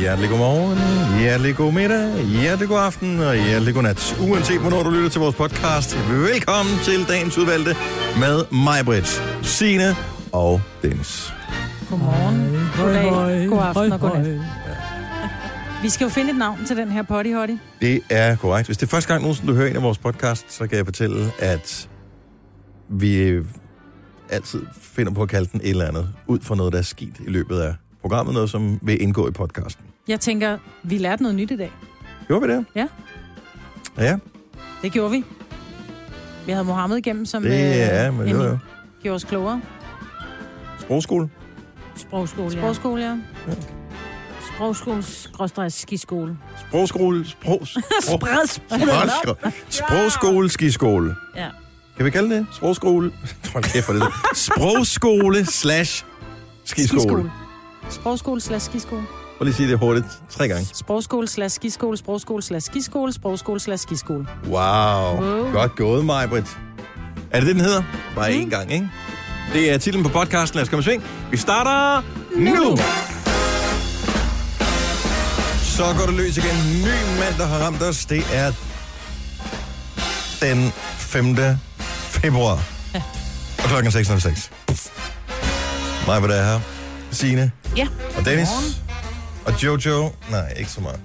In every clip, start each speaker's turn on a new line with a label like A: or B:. A: hjertelig god morgen, hjertelig god middag, hjertelig god aften og hjertelig god nat. Uanset hvornår du lytter til vores podcast, velkommen til dagens udvalgte med mig, Britt, Signe og Dennis.
B: Godmorgen, goddag, god aften og
C: hej,
B: godnat. Vi skal jo finde et navn til den her potty hotty.
A: Det er korrekt. Hvis det er første gang nogensinde, du hører en af vores podcast, så kan jeg fortælle, at vi øh, altid finder på at kalde den et eller andet, ud fra noget, der er sket i løbet af programmet, noget som vil indgå i podcasten.
B: Jeg tænker, vi lærte noget nyt i dag.
A: Gjorde vi det?
B: Ja.
A: Ja,
B: Det gjorde vi. Vi havde Mohammed igennem, som øh,
A: det er, men
B: en-
A: det var jo
B: gjorde os klogere.
A: sprogskole.
C: Sprogskole, ja.
B: Sprogskole, ja.
C: Sprogskole, skråstrej, skiskole.
A: Sprogskole, sprog, sprog, sprogskole, sprogskole, skiskole.
C: Ja.
A: Kan vi kalde det? Sprogskole. Hold kæft for det. Sprogskole slash skiskole.
B: Sprogskole slash skiskole.
A: Prøv lige at sige det hurtigt. Tre gange.
B: Sprogskole slash skiskole, sprogskole slash skiskole, sprogskole slash skiskole.
A: Wow.
C: Wow.
A: Godt gået, Majbrit. Er det det, den hedder? Bare én gang, ikke? Det er titlen på podcasten. Lad os komme i sving. Vi starter nu. Så går det løs igen. Ny mand, der har ramt os. Det er den 5. februar. Og klokken er 6.06. Majbrit er her. Signe.
C: Ja.
A: Og Dennis. Og Jojo. Nej, ikke så meget.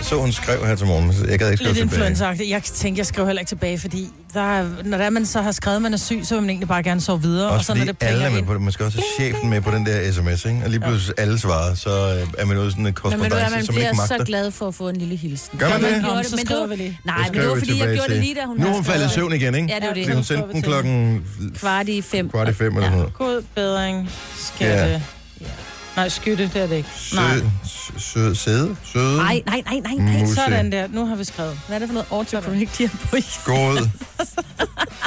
A: Jeg så, hun skrev her til morgen. så Jeg gad ikke skrive
D: Lidt
A: tilbage.
D: influenceragtigt. Jeg tænkte, jeg skrev heller ikke tilbage, fordi der er, når der man så har skrevet, at man er syg, så vil man egentlig bare gerne sove videre.
A: Også
D: og så
A: fordi
D: når det
A: alle
D: plinger
A: er med
D: ind-
A: på det. Man skal også have chefen med på den der sms, ikke? Og lige pludselig alle svarer, så øh, er man ude i sådan en
C: Men ved du hvad,
A: korrespondence,
C: man
A: som man ikke
C: bliver så
A: magter.
C: glad for at få en lille hilsen.
A: Gør man det?
C: gjorde
D: Nå, men
C: det,
D: så
C: men
D: skriver
C: det
D: vi
C: var-
D: lige.
A: Så
C: Nej, men det
A: skriver
C: var
A: vi
C: fordi, jeg
A: tilbage
C: gjorde det
A: til-
C: lige, da hun
A: Nu er
C: havde
A: hun faldet i
C: skrevet
A: søvn igen, ikke?
C: Ja, det er jo det.
A: Fordi hun sendte den klokken
C: kvart i fem.
A: kvart i fem eller sådan noget.
D: God bedring, skatte.
A: Ja.
D: Ja. Nej, skytte, det er det ikke.
A: Sød, sød, sød, sæde, søde,
C: Nej, nej, nej, nej, nej.
A: Muse.
D: Sådan der. Nu har vi skrevet.
C: Hvad er det for noget autocorrect, de har på i?
A: god,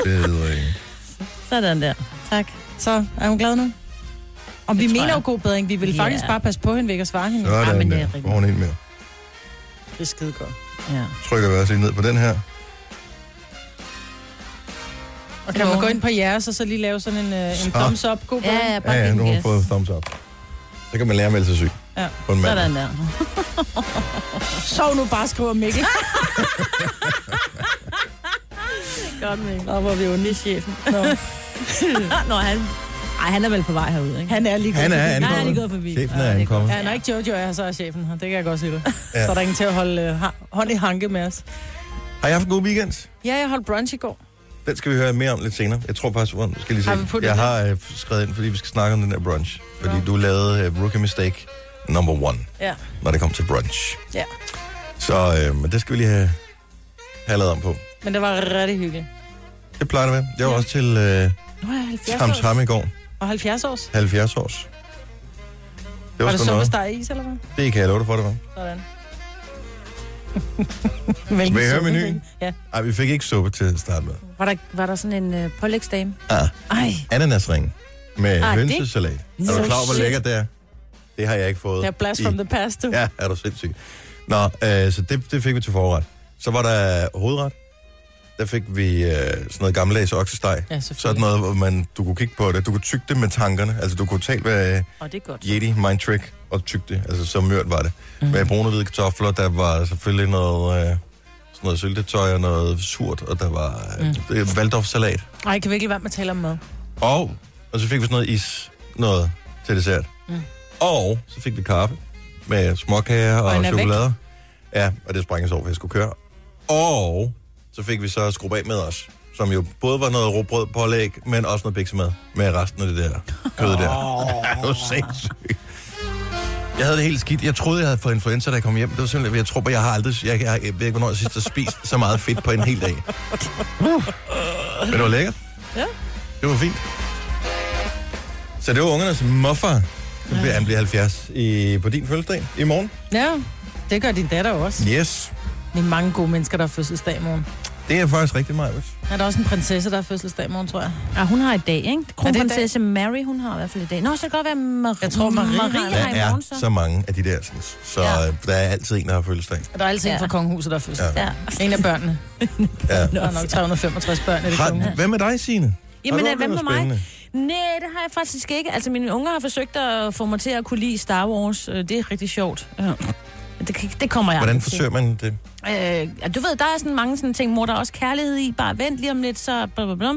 A: bedring.
C: Sådan der. Tak.
D: Så er hun glad nu? Og vi
C: tror
D: mener
C: jeg.
D: jo god bedring. Vi vil
C: Ja.
D: faktisk bare passe på hende, vi ikke at svare hende.
C: Ja,
A: Sådan
C: men det er
A: der.
C: rigtigt.
A: Får hun en mere.
D: Det er skide godt.
C: Ja.
A: Trykker vi også lige ned på den her.
D: Og kan man gå ind på jeres og så lige lave sådan en, øh, en
A: Så.
D: thumbs up? God bedring.
C: Ja, ja,
A: Ja,
C: bare
A: ja,
C: ja,
A: nu har hun
C: yes.
A: fået thumbs up. Så kan man lære at melde sig syg.
D: Ja.
A: På en mand.
C: Sådan der.
D: Sov nu bare, skriver Mikkel.
C: Godt med.
D: Nå, hvor er vi jo ni chefen. Nå,
C: Nå, han... Ej, han er vel på vej herud, ikke?
D: han er lige
A: Han er
C: Nej, han er
A: ankommet.
C: lige gået forbi.
A: Chefen
C: Ja, det
A: er
C: er
A: ankommet.
D: Ja, når ikke Jojo er her, så er chefen her. Det kan jeg godt sige dig.
A: Ja.
D: Ja. Så er der ingen til at holde øh, ha- hånd i hanke med os.
A: Har I haft en god weekend?
D: Ja, jeg holdt brunch i går.
A: Den skal vi høre mere om lidt senere. Jeg tror faktisk, hvordan skal lige se.
D: Har vi puttet
A: jeg
D: den?
A: har øh, skrevet ind, fordi vi skal snakke om den der brunch. Fordi du lavede øh, rookie mistake number one,
D: Ja.
A: når det kom til brunch.
D: Ja.
A: Så øh, men det skal vi lige have, have lavet om på.
D: Men det var rigtig hyggeligt.
A: Det plejer det med. Jeg var også til øh,
C: Nu er jeg 70
A: Tams Ham i går,
D: Og 70 års.
A: 70 års. Det var,
D: Var
A: var
D: det
A: sgu noget.
D: sommersteg is, eller hvad?
A: Det kan jeg love dig for, det var.
D: Sådan. Hvilken
A: Vil I høre
D: suppe
A: menuen?
D: fik? Ja.
A: Ej, vi fik ikke suppe til at starte med.
C: Var der, var der sådan en øh, pålægsdame?
A: Ah,
C: Ej,
A: ananasring med
C: Ah,
A: ah,
C: det-
A: hønsesalat. Er du
C: So
A: klar over, hvor
C: shit.
A: lækkert det er? Det har jeg ikke fået.
D: Det er blast
A: i
D: from the past. Ja.
A: Ja, er du sindssyg. Nå, øh, så det, det fik vi til forret. Så var der hovedret. Der fik vi øh, sådan noget gammeldags oksesteg.
D: ja,
A: Sådan
D: selvfølgelig.
A: noget, hvor man, du kunne kigge på det. Du kunne tygge det med tankerne. Altså, du kunne talt være
C: og det er godt.
A: Yeti, Mind Trick og tygge det. Altså, så mørt var det. Mm. Med brune og hvide kartofler, der var selvfølgelig noget... Øh, sådan noget syltetøj og noget surt, og der var øh, mm. valdorfsalat.
D: Ej, kan virkelig være med at tale om mad.
A: Og, og så fik vi sådan noget is, noget til dessert. Mm. Og så fik vi kaffe med småkager og,
D: Og en
A: og
D: er væk.
A: chokolade. Ja, og det sprang jeg så over, for jeg skulle køre. Og så fik vi så skrub af med os, som jo både var noget råbrød pålæg, men også noget biksemad med resten af det der kød der. det var sindssygt. Jeg havde det helt skidt. Jeg troede, jeg havde fået influenza, da jeg kom hjem. Det var simpelthen, jeg tror, jeg har aldrig... Jeg, jeg, jeg ved ikke, hvornår jeg sidst har spist så meget fedt på en hel dag. Men det var lækkert.
D: Uh. Ja.
A: Det var fint. Så det var ungernes muffer. Nu bliver han bliver 70 i, på din fødselsdag i morgen.
D: Ja, det gør din datter jo også.
A: Yes.
D: Det er mange gode mennesker, der har fødselsdag i morgen.
A: Det er faktisk rigtig meget.
D: Er der også en prinsesse, der har fødselsdag i morgen, tror jeg?
C: Ja, Ah, hun har i dag, ikke? Kronprinsesse
D: Kronprinsesse
C: Mary, hun har i hvert fald i dag. Nå, så kan det godt være Marie.
D: Jeg tror, Marie har
C: Marie
D: i
A: Der
C: har i
A: er
C: morgen, så.
A: så mange af de der, synes. så
C: Ja.
A: ja. der er altid en, der har fødselsdag.
D: Der er altid
C: Ja.
D: en fra kongehuset, der har fødselsdag.
C: Ja.
D: En af børnene.
A: Ja.
D: Der er nok 365 børn i det
A: Har,
D: kongehus.
A: hvad med dig, Signe? Har
C: Jamen,
A: du
C: øh,
A: oplevet
C: hvad
A: noget
C: med mig?
A: spændende?
C: Nej, det har jeg faktisk ikke. Altså, mine unger har forsøgt at få mig til at kunne lide Star Wars. Øh, Det er rigtig sjovt. Ja. Det, kan- det kommer jeg
A: Hvordan
C: aldrig til.
A: forsøger man det?
C: Øh, du ved, der er sådan mange sådan ting, hvor der er også kærlighed i. Bare vent lige om lidt, så blablabla.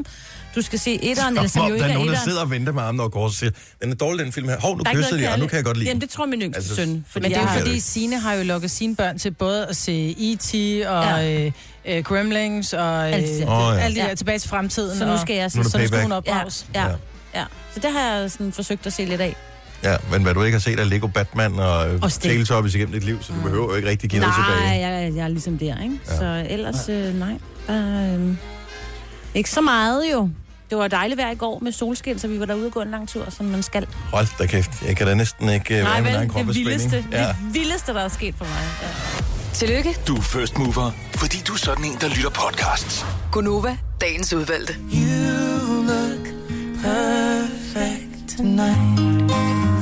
C: Du skal se etteren, eller som
A: Om
C: jo
A: der
C: ikke
A: er
C: er
A: nogen, der
C: etteren.
A: sidder og venter med armen over kors og siger, den er dårlig, den film her. Hov, nu
C: Der er ikke
A: kyssede
C: noget
A: jeg, og nu
C: kærlighed.
A: kan jeg godt lide
C: Jamen,
A: den.
C: det tror min yngste
A: Altså,
C: altså, søn. Fordi
D: Men det er
A: Ja.
D: jo
C: jeg,
D: fordi, Sine har jo lokket sine børn til både at se E.T. og
C: Ja.
D: ja. øh, Gremlings og øh,
C: Alt det
D: alt
C: der.
D: det
A: Åh, ja.
D: der tilbage til fremtiden.
C: Så nu
D: og-
C: skal jeg
A: Nu er
C: så...
A: det
D: så nu skal
A: payback.
D: hun
C: Ja,
D: opdrages.
C: ja,
A: Ja.
C: ja, ja. Så det har jeg sådan forsøgt at se lidt af.
A: Ja, men hvad du ikke har set er Lego Batman og, øh, og
C: Og Stig.
A: Teletubbies igennem dit liv, så du behøver jo ikke rigtig give noget
C: Nej,
A: tilbage.
C: jeg, jeg er ligesom der, ikke?
A: Ja.
C: Ja. Så ellers, øh, nej. Der, øh, ikke så meget jo. Det var dejligt vejr i går med solskin, så vi var derude og gå en lang tur, som man skal.
A: Hold da kæft, jeg kan da næsten ikke øh, være i min egen krop af
C: det
A: spænding.
C: vildeste, ja.
A: Ja.
C: det vildeste, der er sket for mig. Ja.
E: Tillykke,
F: Du er first mover, fordi du er sådan en, der lytter podcasts.
E: Gunova, dagens udvalgte.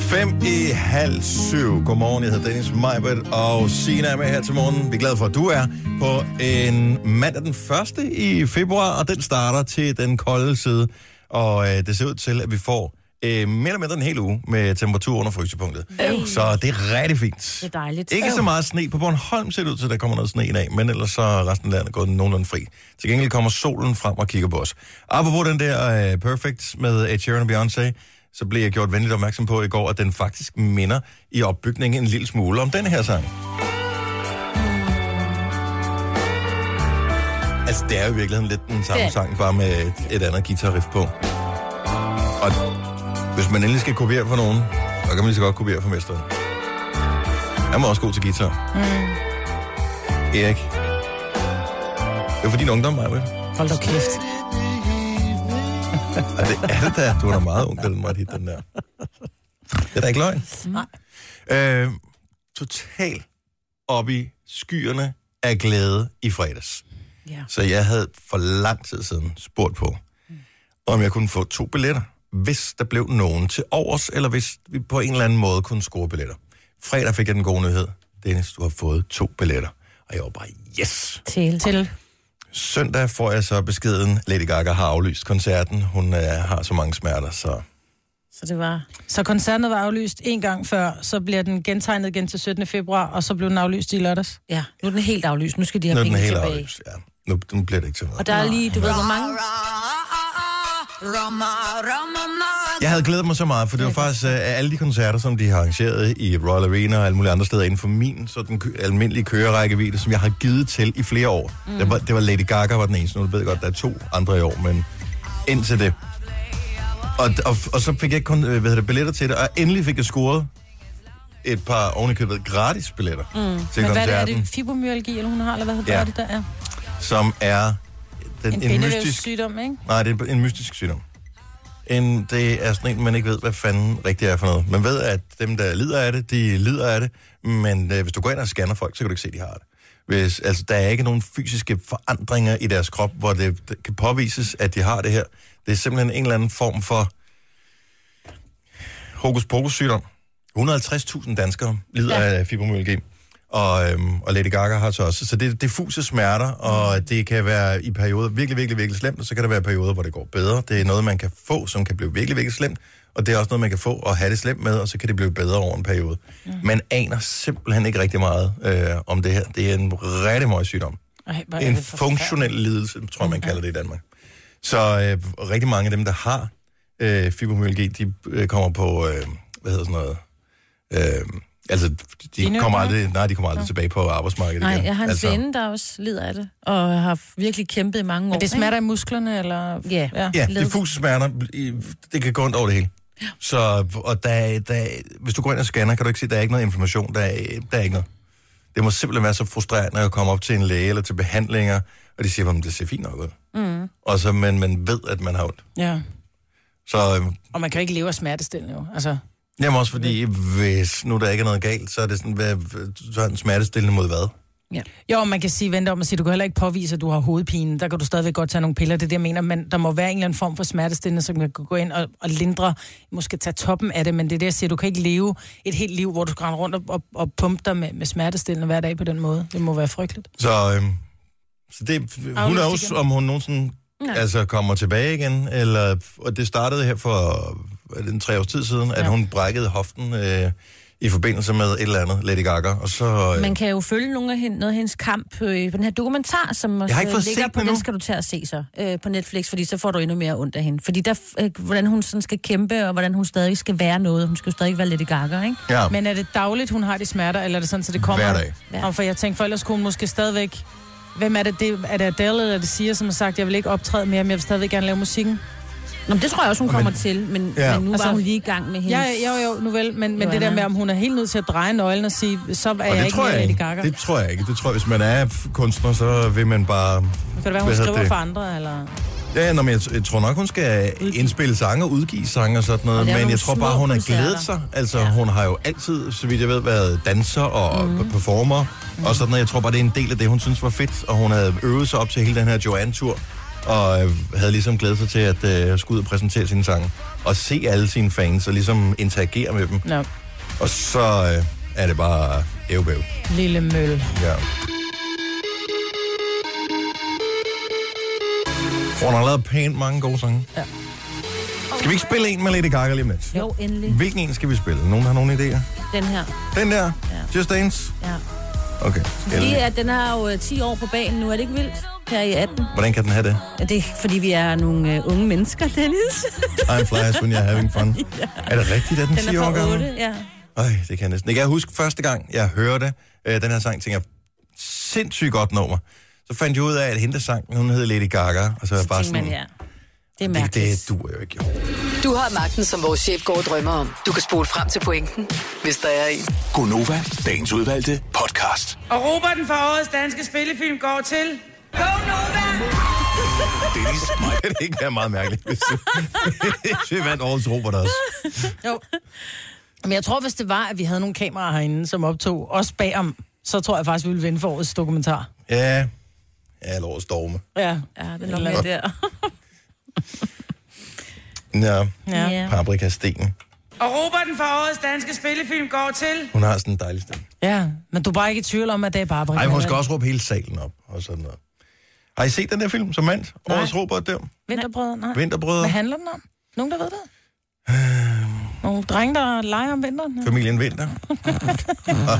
A: Fem i halv syv. Godmorgen, jeg hedder Dennis Meibert, og Sina er med her til morgen. Vi er glade for, at du er på en mandag den 1. i februar, og den starter til den kolde side. Og øh, det ser ud til, at vi får øh, mere eller mindre en hel uge med temperatur under frysepunktet. Så det er rigtig fint.
C: Det er dejligt.
A: Ikke så meget sne. På Bornholm ser det ud til, at der kommer noget sne i dag, men ellers så er resten af landet gået nogenlunde fri. Til gengæld kommer solen frem og kigger på os. Apropos den der uh, Perfect med Ed Sheeran og Beyoncé, så blev jeg gjort venligt opmærksom på i går, at den faktisk minder i opbygningen en lille smule om den her sang. Altså, det er jo i virkeligheden lidt den samme
C: Det
A: det.
C: er-
A: sang, bare med et, et andet guitarriff på. Og hvis man endelig skal kopiere på nogen, så kan man lige så godt kopiere fra mesteren. Han var også god til guitar. Mm. Erik. Det var for din ungdom, Maja.
D: Hold da kæft.
A: Og det er det da. Du var da meget ung, da den måtte hit, den der. Det er da ikke løgn.
C: Mm. Nej.
A: Øh, total op i skyerne af glæde i fredags.
C: Ja.
A: Så jeg havde for lang tid siden spurgt på, om jeg kunne få to billetter, hvis der blev nogen til overs, eller hvis vi på en eller anden måde kunne score billetter. Fredag fik jeg den gode nyhed. Dennis, du har fået to billetter. Og jeg var bare, yes!
C: Til. Til.
A: Søndag får jeg så beskeden, Lady Gaga har aflyst koncerten. Hun øh, har så mange smerter, så...
C: Så det var...
D: Så koncerten var aflyst en gang før, så bliver den gentegnet igen til 17. februar, og så blev den aflyst i lørdags.
C: Ja, nu er den helt aflyst. Nu skal de
A: Nu er
C: have
A: den
C: penge
A: helt
C: tilbage.
A: aflyst. Ja. Nu, nu bliver det ikke til noget.
C: Og der er lige, du ved, hvor mange...
A: Jeg havde glædet mig så meget, for det var faktisk uh, alle de koncerter, som de har arrangeret i Royal Arena og alle mulige andre steder inden for min sådan, kø- almindelige kørerækkevidde, som jeg har givet til i flere år. Mm. Det, var, det var Lady Gaga var den eneste. Nu ved jeg godt, der er to andre i år, men indtil det. Og, og, og så fik jeg kun øh, hvad hedder det, billetter til det, og endelig fik jeg scoret et par ovenikøbet gratis billetter mm. til
D: Men hvad er det, er
A: koncerten,
D: det fibromyalgi, eller hun har, eller hvad hedder
A: Ja.
D: det der? Ja.
A: som er den,
D: En,
A: en, en
D: bindevævssygdom,
A: mystisk
D: sygdom, ikke?
A: Nej, det er en mystisk sygdom. En, det er sådan en, man ikke ved, hvad fanden rigtig er for noget. Man ved, at dem, der lider af det, de lider af det, men øh, hvis du går ind og scanner folk, så kan du ikke se, at de har det. Hvis, altså, der er ikke nogen fysiske forandringer i deres krop, hvor det, det kan påvises, at de har det her. Det er simpelthen en eller anden form for hokus pokus sygdom. 150.000 danskere lider ja. af fibromyalgi. Og, øhm, og Lady Gaga har så også. Så det er diffuse smerter, og det kan være i perioder virkelig, virkelig, virkelig slemt, og så kan der være perioder, hvor det går bedre. Det er noget, man kan få, som kan blive virkelig, virkelig slemt, og det er også noget, man kan få og have det slemt med, og så kan det blive bedre over en periode. Mm. Man aner simpelthen ikke rigtig meget øh, om det her. Det er en rigtig meget sygdom.
D: Ej, hvor er
A: En
D: det forfærdeligt.
A: funktionel lidelse, tror jeg, man kalder det i Danmark. Så øh, rigtig mange af dem, der har øh, fibromyalgi, de øh, kommer på, øh, hvad hedder sådan noget, øh, altså, de
D: Dine
A: kommer
D: økonomer?
A: aldrig, nej, de kommer aldrig tilbage på arbejdsmarkedet
C: Nej,
A: igen.
C: jeg har en
A: altså,
C: altså... veninde, der også lider af det, og har virkelig kæmpet i mange år.
D: Men det smerter i musklerne, eller...
C: Ja.
A: Ja,
C: Led.
A: diffuse smerter, i- det kan gå ondt over det hele. Så, og der, der, hvis du går ind og scanner, kan du ikke se, at der er ikke noget inflammation, der er, der er ikke noget. Det må simpelthen være så frustrerende at komme op til en læge eller til behandlinger, og de siger, at det ser fint nok ud. Mm. Og så, men man ved, at man har ondt.
D: ja.
A: Så øhm,
D: Og man kan jo ikke leve af smertestillende, jo. Altså,
A: Jamen også fordi, hvis nu der ikke er noget galt, så er det sådan, hvad, så er den smertestillende mod hvad?
D: Jo, man kan sige, vent om og sige, du kan heller ikke påvise, at du har hovedpine. Der kan du stadigvæk godt tage nogle piller, det er det, jeg mener. Men der må være en eller anden form for smertestillende, som man kan gå ind og, og lindre, måske tage toppen af det. Men det er det, jeg siger, du kan ikke leve et helt liv, hvor du skal rende rundt og, og, og pumpe dig med, med smertestillende hver dag på den måde. Det må være frygteligt.
A: Så, øhm, så det, hun er
D: Aflyst
A: også,
D: igen.
A: om hun nogensinde Nej. Altså kommer tilbage igen, eller, og det startede her for er det en tre års tid siden, at
D: Ja.
A: hun brækkede hoften øh, i forbindelse med et eller andet, Lady Gaga, og så... Øh,
C: Man kan jo følge nogle af hende, noget af hendes kamp øh, i den her dokumentar, som også
A: har ikke fået
C: ligger
A: set
C: på
A: den endnu.
C: den, skal du tage og se så øh, på Netflix, fordi så får du endnu mere ondt af hende. Fordi der, øh, hvordan hun sådan skal kæmpe, og hvordan hun stadig skal være noget. Hun skal jo stadig være lidt i gakker, ikke?
A: ja,
D: Men er det dagligt, hun har de smerter, eller er det sådan, så det kommer?
A: Hver dag.
C: Ja.
D: Om, for jeg tænkte, for ellers kunne hun måske stadigvæk... Hvem er det? det er det Adele eller er det Sia, som har sagt, jeg vil ikke optræde mere, men jeg vil stadigvæk gerne lave musikken?
C: Nå, men det tror jeg også, hun kommer men, til, men,
A: Ja.
C: ja. men nu
D: Altså,
C: var hun lige i gang med hendes...
D: Ja, jo, jo, nu vel. Men, men det
C: Joanna.
D: der med, om hun er helt nødt til at dreje nøglen og sige, så er
A: og
D: jeg
A: det
D: ikke
A: tror
D: mere
A: jeg
D: Lady
A: ikke.
D: Gaga.
A: Det tror jeg ikke. Det tror jeg, hvis man er f- kunstner, så vil man bare...
D: Kan det være, hun
A: Hvad hedder
D: skriver
A: det?
D: for andre, eller...
A: Ja, nå, men jeg, t- jeg tror nok, hun skal indspille sange og udgive sange og sådan noget,
C: Og lave
A: men
C: nogle
A: jeg tror bare,
C: små
A: hun har
C: koncerter.
A: glædet sig. Altså, ja. hun har jo altid, så vidt jeg ved, været danser og
C: Mhm.
A: mm. performer mm. og sådan noget. Jeg tror bare, det er en del af det, hun synes var fedt, og hun havde øvet sig op til hele den her Joanne-tur, og øh, havde ligesom glædet sig til at øh, skulle ud og præsentere sine sange, og se alle sine fans og ligesom interagere med dem.
D: Nå,
A: Og så øh, er det bare ævbæv.
D: lille møl.
A: Ja. Hun har lavet pænt mange gode sange. Ja. Skal vi ikke spille en med Lady Gaga lige om lidt?
C: Jo, endelig.
A: Hvilken en skal vi spille? Nogen har nogle idéer?
C: Den her.
A: Den der?
C: Ja.
A: Just Dance?
C: Ja.
A: Okay.
C: Fordi at den har jo øh, 10 år på banen nu, er det ikke vildt? Her i 18.
A: Hvordan kan den have det?
C: Ja, det er fordi, vi er nogle øh, unge mennesker, Dennis.
A: I'm flies when you're having fun. Er det rigtigt, at den,
C: Den
A: 10 år
C: er fra 8,
A: gammel?
C: ja.
A: Ej, det kan jeg næsten ikke. Jeg husker første gang, jeg hørte øh, den her sang, tænkte jeg, sindssygt godt nummer. Så fandt jeg ud af, at hende, der sang, den, hun hed Lady Gaga. Og så, var jeg
C: Så
A: bare
C: tænker
A: sådan,
C: man, ja. Det er
A: det, det
C: mærkeligt.
A: duer jo ikke. Jo.
E: Du har magten, som vores chef går og drømmer om. Du kan spole frem til pointen, hvis der er en.
F: Gonova, dagens udvalgte podcast.
G: Og Roberten for årets danske spillefilm går til... Go Nova!
F: Dennis, mig,
A: Det ikke være meget mærkeligt, hvis vi, hvis vi vandt årets Robert også.
D: Jo. Men jeg tror, hvis det var, at vi havde nogle kameraer herinde, som optog os bagom, så tror jeg faktisk, vi ville vinde for årets dokumentar.
A: Ja, ja eller årets Storme.
D: Ja.
C: Ja, det er nok mere der.
A: Ja,
D: Ja.
C: Ja.
A: Paprika Sten.
G: Og Roberten for årets danske spillefilm går til...
A: Hun har sådan en dejlig stemme.
D: ja. Men du er bare ikke i tvivl om, at det er Barbara.
A: Ej, men hun skal også råbe hele salen op og sådan noget. Har I set den der film som mand? Årets Robert der.
D: Vinterbrød, nej.
A: Vinterbrødre.
D: Hvad handler den om? Nogen, der ved det?
A: Øhm.
D: Nogle drenge, der leger om vinteren? Ja.
A: Familien Vinter. og,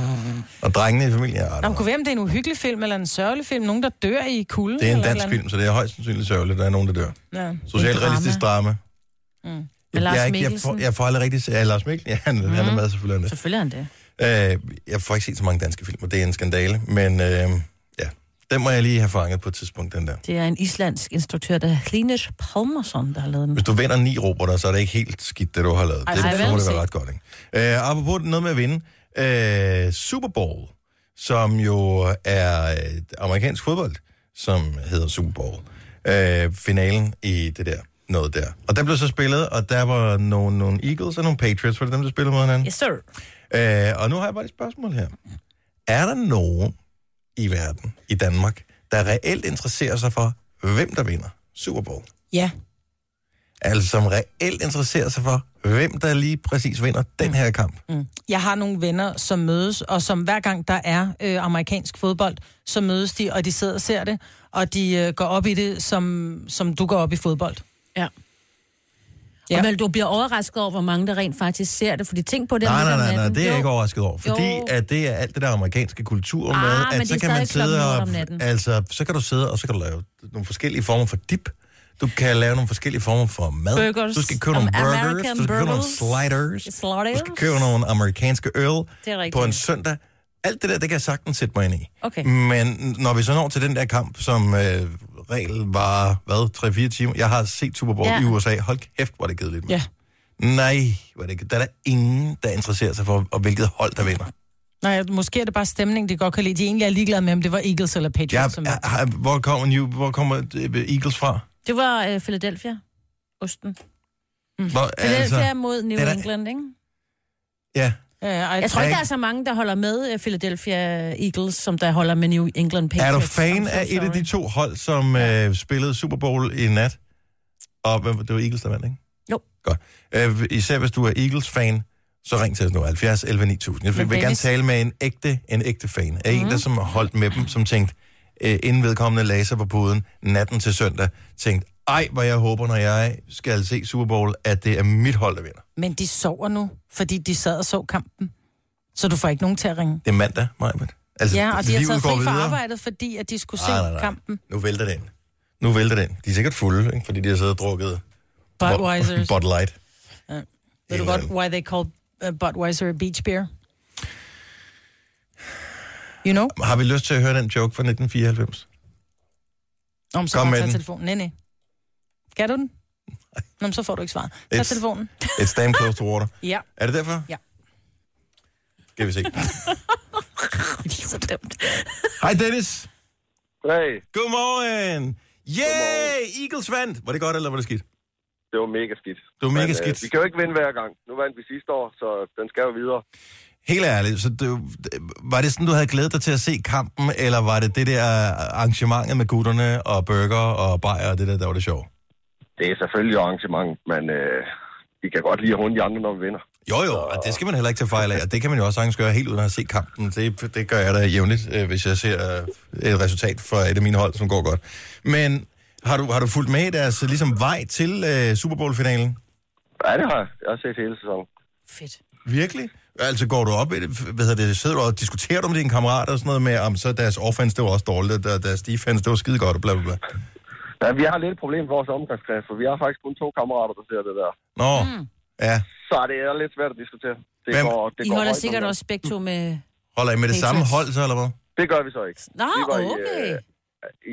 A: og drengene i familien. Ja,
D: Nå, men kunne være, om det er en uhyggelig film eller en sørgelig film. Nogen, der dør i kulden.
A: det er en
D: eller et
A: dansk
D: eller andet.
A: film, så det er højst sandsynligt sørgeligt, at der er nogen, der dør. Socialrealistisk drama.
C: Med Lars
A: jeg, er ikke, jeg, får,
C: Mikkelsen.
A: jeg får aldrig rigtig... se- Ja, Lars Mikkelsen, ja, han, mm. han er med selvfølgelig.
C: Selvfølgelig er han det.
A: Øh, jeg får ikke set så mange danske film, og det er en skandale, men øh, ja, den må jeg lige have fanget på et tidspunkt, den der.
C: Det er en islandsk instruktør, der hedder Klinis Palmason, der har lavet den.
A: Hvis du vinder ni roboter, så er det ikke helt skidt, det du har lavet.
D: Ej,
A: det,
D: ej,
A: det
D: vel
A: må det
D: set.
A: være ret godt, ikke? Øh, apropos noget med at vinde. Øh, Super Bowl, som jo er øh, amerikansk fodbold, som hedder Super Bowl. Øh, finalen i det der noget der. Og der blev så spillet, og der var nogle, nogle Eagles og nogle Patriots, var det dem, der spillede mod hinanden?
C: Yes, sir.
A: Øh, og nu har jeg bare et spørgsmål her. Er der nogen i verden, i Danmark, der reelt interesserer sig for, hvem der vinder Super Bowl?
D: Ja.
A: Altså som reelt interesserer sig for, hvem der lige præcis vinder den her kamp.
C: Mm.
D: Jeg har nogle venner, som mødes, og som hver gang der er øh, amerikansk fodbold, så mødes de, og de sidder og ser det, og de øh, går op i det, som, som du går op i fodbold.
C: Ja.
D: Ja.
C: Ja. Men du bliver overrasket over, hvor mange der rent faktisk ser det, fordi tænk på det.
A: Nej,
C: midt
A: nej,
C: om
A: nej, nej,
C: natten.
A: det er jeg
C: Jo.
A: ikke overrasket over. Fordi
C: Jo.
A: at det er alt det der amerikanske kultur
C: Ah,
A: med,
C: men det
A: at
C: er
A: så kan man
C: stadig
A: sidde
C: klokken lort
A: og...
C: om natten.
A: Altså, så kan du sidde, og så kan du lave nogle forskellige former for dip. Du kan lave nogle forskellige former for mad.
C: Burgers.
A: Du skal købe nogle
C: Am-
A: burgers,
C: American
A: du skal købe nogle
C: burgers.
A: sliders,
C: Sliders.
A: du skal købe nogle amerikanske øl
C: Det er rigtigt.
A: på en søndag. Alt det der, det kan jeg sagtens sætte mig ind i.
C: Okay.
A: Men når vi så når til den der kamp, som øh, regel var, hvad, 3-4 timer. Jeg har set Super Bowl
C: Ja.
A: i USA. Hold kæft, hvor er det kedeligt. mand.
D: Ja.
A: Nej, hvor er det ikke. Der er der ingen, der interesserer sig for, og hvilket hold, der vinder.
D: Nej, måske er det bare stemning, de godt kan lide. De egentlig er ligeglade med, om det var Eagles eller Patriots.
A: Jeg,
D: som
A: jeg,
D: vandt.
A: jeg, hvor, kommer New, hvor kommer øh, Eagles fra?
C: Det var øh, Philadelphia. Osten.
A: Hvor,
C: Philadelphia altså, mod New
A: det er da-
C: England, ikke?
A: ja,
D: Ja, ja, ej,
C: Jeg tror
A: er
C: ikke, der
A: ikke-
C: er så mange, der holder med øh, Philadelphia Eagles, som der holder med New England Patriots.
A: er du fan
C: I'm so
A: af et af
C: sorry.
A: de to hold, som øh, spillede Super Bowl i nat? Og hvem- det var Eagles, der vandt, ikke?
C: Jo.
A: Godt. Øh, især hvis du er Eagles-fan, så ring til os nu, 70 11 9000. Jeg vil
D: Men
A: gerne
D: Dennis- Mhm.
A: tale med en ægte, en ægte fan. Er mm. en, der som har holdt med dem, som tænkte, øh, inden vedkommende lagde sig på puden natten til søndag, tænkte, Ej, hvor jeg håber, når jeg skal se Super Bowl, at det er mit hold, der vinder.
D: Men de sover nu, fordi de sad og så kampen. Så du får ikke nogen til at ringe.
A: Det er mandag, Majbert. Altså,
D: Ja, og de har
A: livet
D: taget
A: går
D: fri fra
A: videre.
D: arbejdet, fordi at de skulle se
A: Nej, nej, nej.
D: kampen.
A: Nu vælter den. Nu vælter den. De er sikkert fulde, ikke? fordi de har siddet og drukket
D: Budweiser's.
A: Bud Light.
D: Ved du
A: en
D: godt,
A: eller
D: why they call uh, Budweiser a beach beer? You know?
A: Har vi lyst til at høre den joke fra 1994?
D: Om så
A: Kom
D: Kom
A: med
D: bare tag
A: den.
D: telefonen. Nej, nej. Kan du den? Nå, men så får du ikke svaret. Tag
A: It's-
D: telefonen.
A: It's damn close to water.
D: Ja.
A: Er det derfor?
D: Ja.
A: Skal vi se.
C: Så dumt.
A: Hej Dennis.
H: Nej,
A: Godmorgen. Yeah, Eagles vandt. Var det godt, eller var det skidt?
H: det var mega skidt.
A: Det var mega
H: Men,
A: skidt.
H: Øh, vi kan jo ikke vinde hver gang. Nu vandt vi sidste år, så den skal jo videre.
A: Helt ærligt, så det, var det sådan, du havde glædet dig til at se kampen, eller var det det der arrangementet med gutterne og burger og bajer og det der, der var det sjovt?
H: Det er selvfølgelig arrangement, men øh, vi kan godt lide at hunde de andre, når vi vinder.
A: Jo jo, og det skal man heller ikke tage fejl af, og det kan man jo også sagtens gøre helt uden at have set kampen. Det, det gør jeg da jævnligt, øh, hvis jeg ser øh, et resultat fra et af mine hold, som går godt. Men har du, har du fulgt med i deres øh, ligesom, vej til øh, Super Bowl-finalen?
H: Ja, det har jeg. Jeg har set hele sæsonen.
C: Fedt.
A: Virkelig? Altså går du op i det, hvad hedder det, sidder du og diskuterer du med dine kammerater og sådan noget med, om så deres offense, det var også dårligt, og deres defense, det var skide godt, og bla bla bla.
H: Ja, vi har lidt et problem for vores omgangskreds, for vi har faktisk kun to kammerater, der ser det der.
A: Nå, mm. ja.
H: Så det er lidt svært at diskutere. Det
A: Hvem-
H: går, det
C: I
H: går
C: holder
H: højt
C: sikkert
H: om det.
C: også begge to med...
A: Holder I med det
C: Patriots.
A: samme hold så, eller hvad?
H: Det gør vi så ikke.
C: Nå,
H: Vi var i, øh,
C: okay.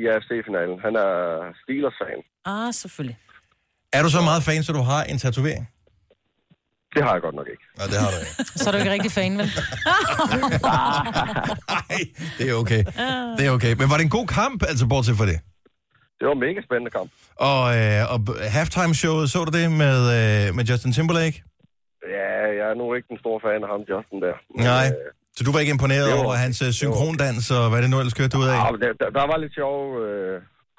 H: I AFC-finalen. Han er Steelers-fan.
C: Ah, selvfølgelig.
A: Er du så meget fan, så du har en tatovering?
H: Det har jeg godt nok ikke.
A: Nej, det har du ikke.
D: Så er du ikke rigtig fan, vel?
A: Ej, det er okay. Det er okay. Men var det en god kamp, altså bortset fra det?
H: Det var en mega spændende kamp.
A: Og, øh, og b- halftime-showet, så du det med, øh, med Justin Timberlake?
H: Ja, jeg er nu ikke en stor fan af ham, Justin, der. Men,
A: Nej.
H: øh,
A: Så du var ikke imponeret
H: Det var Ah.
A: over
H: okay.
A: hans øh, synkrondans og hvad det nu ellers kørte du ud af?
H: Ja, men der, der, der var lidt sjove øh,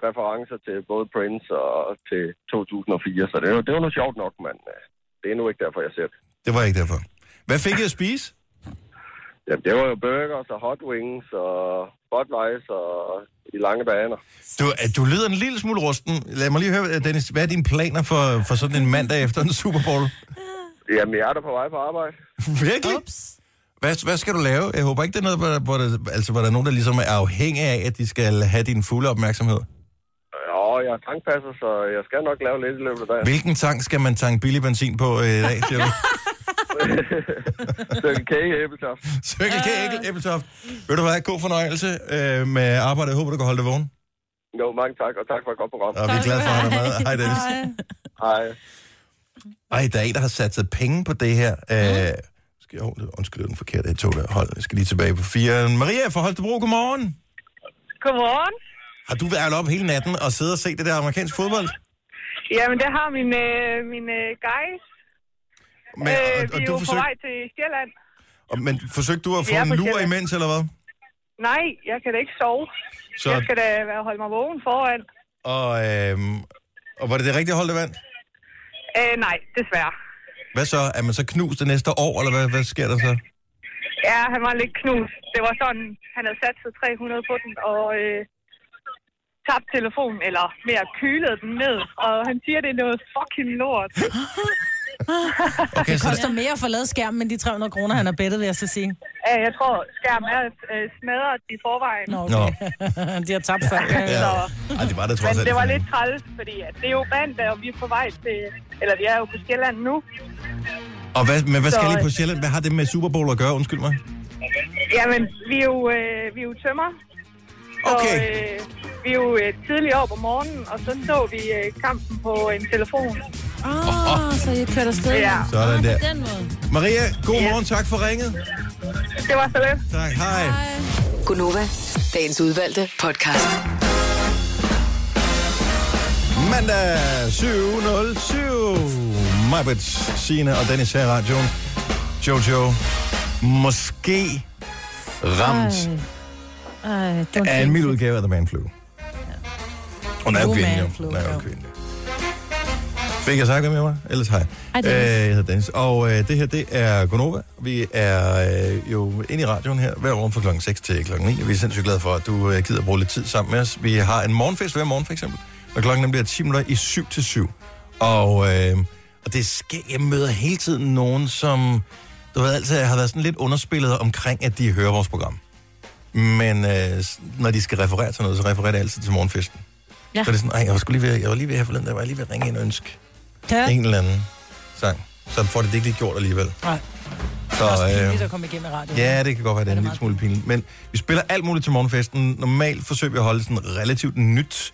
H: referencer til både Prince og til 2004, så det, var- det var nu sjovt nok, men øh, det er nu ikke derfor, jeg ser det.
A: Det var ikke derfor. Hvad fik I at spise?
H: Jamen, det var jo burgers og hot wings og Budweiser og i lange baner.
A: Du, øh, du lyder en lille smule rusten. Lad mig lige høre, øh, Dennis, hvad er dine planer for, for sådan en mandag efter en Super Bowl?
H: Jamen, jeg er der på vej på arbejde.
A: Virkelig?
C: Ups.
A: Hvad, hvad skal du lave? Jeg håber ikke, det er noget, hvor, der- hvor, der, altså, hvor der er nogen, der ligesom er afhængig af, at de skal have din fulde opmærksomhed.
H: Og jeg er tankpasser, så jeg skal nok lave lidt i løbet af dagen.
A: Hvilken tank skal man tanke billig benzin på øh, i dag, siger du?
H: Stykke kage i æbletoft.
A: Cirkel K, æble- Æbletoft. Ved du hvad, god fornøjelse øh, med arbejdet. Jeg håber, du kan holde dig vågen.
H: Jo, mange tak, og tak for et godt program.
A: Og vi er glade for, at du er med. Hej, Dennis.
H: Hej.
A: Ej, der er en, der har sat penge på det her. Øh, skal jeg holde, undskyld, den forkerte tog der. Hold, jeg skal lige tilbage på firen. Maria fra Holstebro, godmorgen.
I: Godmorgen.
A: Har du været op hele natten og siddet og set det der amerikanske fodbold?
I: Jamen, det har min, øh, min øh, guys.
A: Men,
I: øh,
A: og,
I: vi
A: og,
I: er
A: du
I: jo på
A: forsøg,
I: vej til Sjælland.
A: og, men forsøgte du at få
I: er
A: en
I: på
A: lur
I: Sjælland.
A: imens, eller hvad?
I: Nej, jeg kan da ikke sove. Så... Jeg
A: Så,
I: skal da være- holde mig vågen foran.
A: og, øhm, og var det det rigtige hold, der vandt?
I: Øh, nej, desværre.
A: Hvad så? Er man så knust det næste år, eller hvad, hvad sker der så?
I: Ja, han var lidt knust. Det var sådan, han havde sat sig 300 på den, og øh, tabt telefonen, eller mere kylet den ned. Og han siger, det er noget fucking lort.
A: Okay,
D: Det
A: så,
D: koster mere at få lavet skærmen, men de 300 kroner, han har bettet, vil jeg så sige.
I: Ja, jeg tror, skærmen er øh, smadret i forvejen.
D: Nå,
A: Nå,
D: okay. de har tabt før.
A: ja.
I: Så,
A: Ej, det var det,
I: men
A: trods alt.
I: det var lidt træls, fordi at det er jo mandag, og vi er på vej til... Eller vi er jo på Sjælland nu.
A: Og hvad, men hvad skal
I: Så-
A: I på Sjælland? Hvad har det med Super Bowl at gøre? Undskyld mig.
I: Jamen, vi er jo, øh, vi er jo tømmer. Så,
A: Okay.
I: øh, vi er jo øh, tidligt op om morgenen, og så så vi øh, kampen på en telefon.
C: Ah, så jeg kørte afsted.
I: Ja.
A: Sådan der.
C: På den måde.
A: Maria, god morgen. Tak for ringet.
I: Det var så lidt.
A: Tak. Hej.
E: Gunova, dagens udvalgte podcast.
A: Mandag 7.07. Majbet, Signe og Dennis her i radioen. Jojo, måske ramt
C: Ej, don't
A: af en mild udgave af The Man Flu. Hun er jo
D: Oh,
A: kvinde,
D: Man
A: jo.
D: Flu,
A: Hun er jo
D: jo.
A: kvinde. Fik jeg sagt, hvem jeg var? Ellers hej.
C: Hej,
A: Øh,
C: Dennis.
A: jeg hedder Dennis. Og øh, det her, det er Gonova. Vi er øh, jo inde i radioen her hver morgen fra klokken 6 til klokken 9. Vi er sindssygt glade for, at du øh, gider bruge lidt tid sammen med os. Vi har en morgenfest hver morgen, for eksempel. Og klokken den bliver 10 minutter i 7 til 7. Og, øh, og det sker, jeg møder hele tiden nogen, som du ved, altid har været sådan lidt underspillet omkring, at de hører vores program. Men øh, s- når de skal referere til noget, så refererer det altid til morgenfesten. Ja.
C: Ja.
A: Så er det sådan, "Ej, jeg var, sgu lige ved, jeg var lige ved her forleden, der var jeg lige ved at ringe ind og ønske
D: Ja.
A: en eller anden sang. Så får det det ikke lige gjort alligevel.
D: Nej.
A: Så,
D: Det er også
A: øh,
D: pinligt at komme igennem i radioen.
A: Ja, det kan godt være, det er en lille smule pinligt. Men vi spiller alt muligt til morgenfesten. Normalt forsøger vi at holde sådan relativt nyt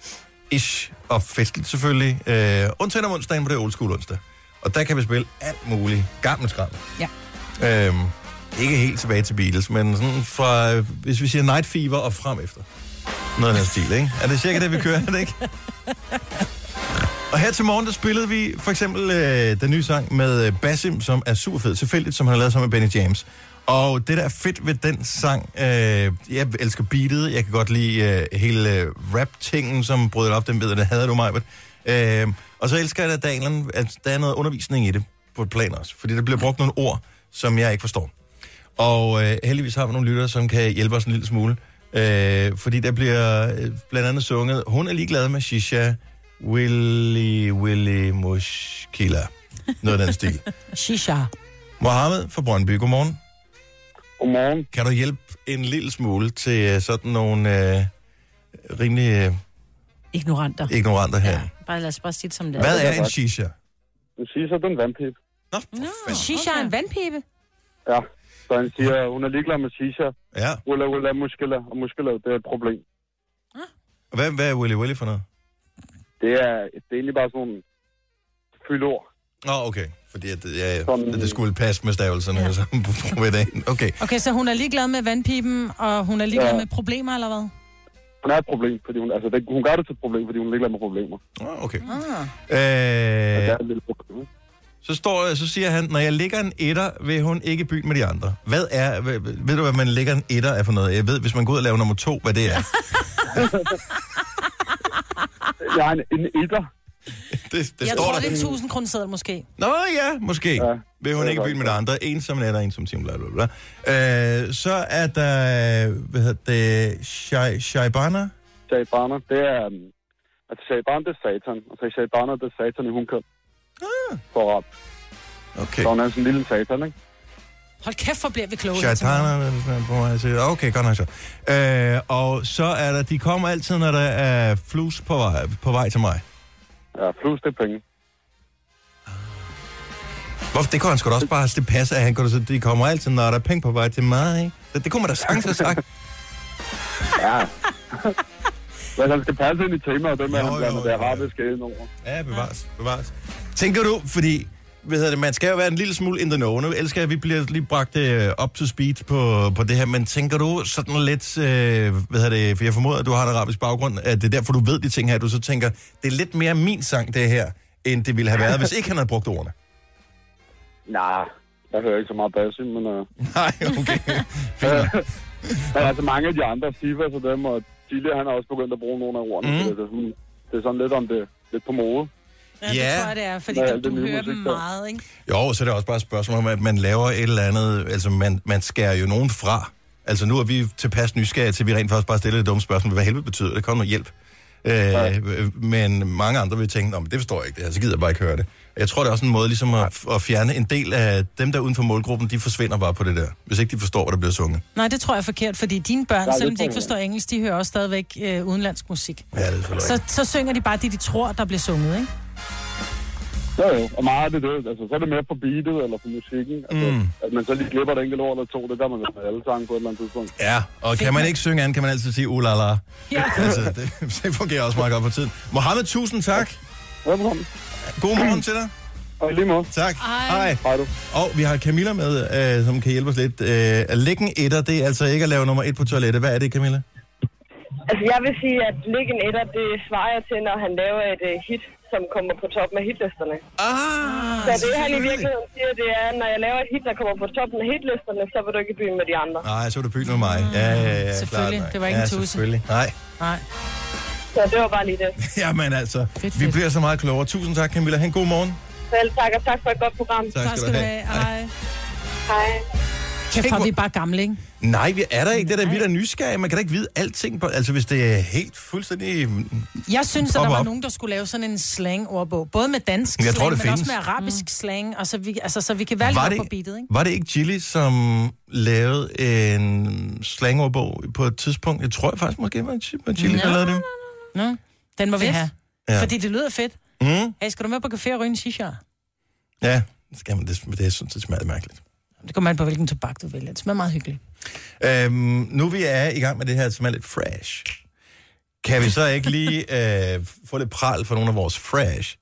A: ish og festligt selvfølgelig. Øh, undtagen om onsdagen, hvor det er old school onsdag. Og der kan vi spille alt muligt. Gammel skram.
D: Ja.
A: Øhm, ikke helt tilbage til Beatles, men sådan fra, øh, hvis vi siger Night Fever og frem efter. Noget af den stil, ikke? Er det cirka det, vi kører, er det ikke? Og her til morgen, der spillede vi for eksempel øh, den nye sang med øh, Basim, som er super fed, tilfældigt, som han har lavet sammen med Benny James. Og det, der er fedt ved den sang, øh, jeg elsker beatet, jeg kan godt lide øh, hele øh, rap-tingen, som brød op, den ved jeg, det havde du mig. Øh, og så elsker jeg, at der, er en eller anden- at der er noget undervisning i det, på et plan også, fordi der bliver brugt nogle ord, som jeg ikke forstår. Og øh, heldigvis har vi nogle lyttere, som kan hjælpe os en lille smule. Øh, fordi der bliver øh, blandt andet sunget, hun er ligeglad med shisha, Willy Willy Mushkila. Noget af den stil.
D: Shisha.
A: Mohammed fra Brøndby, godmorgen.
J: Godmorgen.
A: Kan du hjælpe en lille smule til øh, sådan nogle øh, rimelig øh,
C: Ignoranter.
A: ignoranter her? Ja.
C: Bare lad os bare sige det som det
A: Hvad
J: det
A: er
J: er
A: en
J: godt.
A: shisha?
J: Den siger så, den vandpip.
A: Nå, for fanden.
D: Shisha er en vandpibe.
J: Ja. Så han siger, hun er ligeglad med shisha.
A: Ja.
J: Ulla, ulla, muskler. Og muskler, det er et problem.
A: Hvad, hvad er Willy Willy for noget?
J: Det er, det er egentlig bare sådan nogle fyldord.
A: Nå, okay. Fordi at, ja,
J: Som-
A: at det skulle passe med stavelserne. Ja. Så, på dagen. Okay.
D: Okay, så hun er ligeglad med vandpiben, og hun er ligeglad
J: Ja.
D: med problemer, eller hvad?
J: Hun er et problem, fordi hun, altså, det, hun gør det til et problem, fordi hun er ligeglad med problemer.
A: Nå, okay.
D: Ah.
J: Og
A: Øh,
J: det er et lille problem. ikke?
A: så, står, så siger han, når jeg ligger en etter, vil hun ikke i byen med de andre. Hvad er, ved, ved du, hvad man ligger en etter er for noget? Jeg ved, hvis man går ud og laver nummer to, hvad det er.
J: Jeg er en, en etter.
A: Det, det
D: Jeg
A: står
D: tror,
A: der.
D: det er en 1000 kroner sædel måske.
A: Nå ja, måske. Ja,
J: Ja,
A: vil hun
J: det er
A: ikke i byen
J: godt.
A: med de andre. En som natter, en som time, bla bla bla. Øh, så er der, hvad hedder det, Shai, Shaibana?
J: Shaibaner, det er... øhm, Altså, Shaibaner, det er satan. Og så er Shaibaner, det er satan i hundkøb. Ah. For rap.
A: Okay.
J: Så hun er sådan en lille satan, ikke?
D: Hold kæft, hvor bliver vi kloge. her til morgen.
A: Shaitana, hvad er det på mig? Jeg siger, Okay, godt nok så. Øh, og så er der, de kommer altid, når der er flus på vej, på vej til mig.
J: Ja, plus det er penge.
A: Hvorfor? Det kunne han sgu da også bare, det passer, at han kunne da så, de kommer altid, når der er penge på vej til mig, ikke? Det, det kunne man da sagtens have sagt.
J: Ja. Men han skal passe ind i temaet, det med, at
A: Jo,
J: han
A: jo,
J: blander det
A: jo, jo.
J: arabiske ind over.
A: Ja, bevares, bevares. Tænker du, fordi hvad hedder det, man skal jo være en lille smule in the know. Nu elsker jeg, at vi bliver lige bragt øh, op to speed på, på det her, men tænker du sådan lidt, øh, hvad hedder det, for jeg formoder, at du har en arabisk baggrund, at det er derfor, du ved de ting her, du så tænker, det er lidt mere min sang, det her, end det ville have været, hvis ikke han havde brugt ordene.
J: Nej, jeg hører ikke så meget basse, men... Øh,
A: Nej, okay. Fint nok.
J: men altså, mange af de andre, Sivas og dem, og Chile, han har også begyndt at bruge nogle af ordene. Mm. Så det, er sådan, det er sådan lidt om det, lidt på mode.
D: Ja, det
A: Ja.
D: tror jeg, det er, fordi
J: Ja,
D: ja,
J: det
D: du
J: er nye
D: hører dem
J: musik, der.
D: meget, ikke?
A: Jo, så er det også bare et spørgsmål om, at man laver et eller andet, altså man, man skærer jo nogen fra. Altså nu er vi tilpas nysgerrige til, at vi rent faktisk bare stiller et dumt spørgsmål. Hvad helvede betyder det? Kom nu hjælp. Øh, men mange andre vil tænke, "Nå, men det forstår jeg ikke det her, så gider jeg bare ikke høre det. Jeg tror, det er også en måde ligesom at, at fjerne en del af dem, der er uden for målgruppen, de forsvinder bare på det der, hvis ikke de forstår, hvad der bliver sunget.
D: Nej, det tror jeg er forkert, fordi dine børn,
J: det
D: selvom de
J: tror
D: ikke
J: jeg.
D: forstår engelsk, de hører også stadigvæk øh, udenlandsk musik.
A: Ja, det er selvfølgelig
D: Så, så synger de bare det, de tror, der bliver sunget, ikke?
J: Jo, jo, og meget af det, det, altså, så er det mere på beatet eller på musikken. Altså, mm. At man så lige klipper et enkelt ord eller to, det gør man jo med alle sange på et eller andet tidspunkt.
A: rigtigt. Ja, og kan man ikke synge andet, kan man altid sige ulala.
D: Ja.
A: Altså, det, det fungerer også meget godt på tiden. Mohammed, tusind tak.
J: Velkommen.
A: God morgen til dig.
J: Og i lige måde.
A: Tak. Hej.
J: Hej du.
A: Og vi har Camilla med, øh, som kan hjælpe os lidt. Øh, at lægge en etter, det er altså ikke at lave nummer et på toilettet. Hvad er det, Camilla?
K: Altså, jeg vil sige, at ligge en etter, det svarer jeg til, når han laver et uh, hit, som kommer på toppen af hitlisterne.
A: Ah,
K: Så det, han i virkeligheden siger, det er, at når jeg laver et hit, der kommer på toppen af hitlisterne, så vil du ikke i byen med de andre.
A: Nej, så er du pyl med mig. Ja, ja, ja, ja,
D: Selvfølgelig.
A: klart nok.
D: Det var ikke en
A: ja,
D: tusse.
A: selvfølgelig. Nej.
D: Nej.
K: Så det var bare lige det.
A: Jamen altså,
D: Fedt,
A: vi
D: fedt.
A: bliver så meget klogere. Tusind tak, Camilla. Ha' en god morgen.
K: Selv tak, og tak for et godt program.
A: Tak,
D: Tak skal du have. Ej.
K: Hej.
D: kæft,
A: Tænk,
D: hvor er
A: hvor-
D: vi bare gamle, ikke?
A: Nej, vi er der ikke. Det er da vi er da nysgerrige. Man kan da ikke vide alting. På, altså, hvis det er helt fuldstændig...
D: Jeg synes, at
A: Op,
D: der var
A: op.
D: nogen, der skulle lave sådan en slang-ordbog. Både med dansk
A: Jeg tror,
D: slang,
A: det
D: men også
A: findes.
D: med arabisk mm. slang. Og så vi, altså, så vi kan være lidt
A: Var
D: op på beatet,
A: det,
D: ikke?
A: var det ikke Chili, som lavede en slangordbog på et tidspunkt? Jeg tror faktisk måske, det var Chi- var Chili, der lavede det.
D: Nå, den må vi
C: Fedt.
D: have.
A: Ja.
D: Ja. Fordi det lyder fedt.
A: Mm,
D: Hey, skal du med på café og ryge en shisha?
A: ja, det skal man, det, det, jeg synes, det smager lidt mærkeligt.
D: Det kommer an på, hvilken tobak du vælger. Det smager meget hyggeligt.
A: Øhm, nu vi er i gang med det her, som er lidt fresh, kan vi så ikke lige øh, få lidt pral for nogle af vores fresh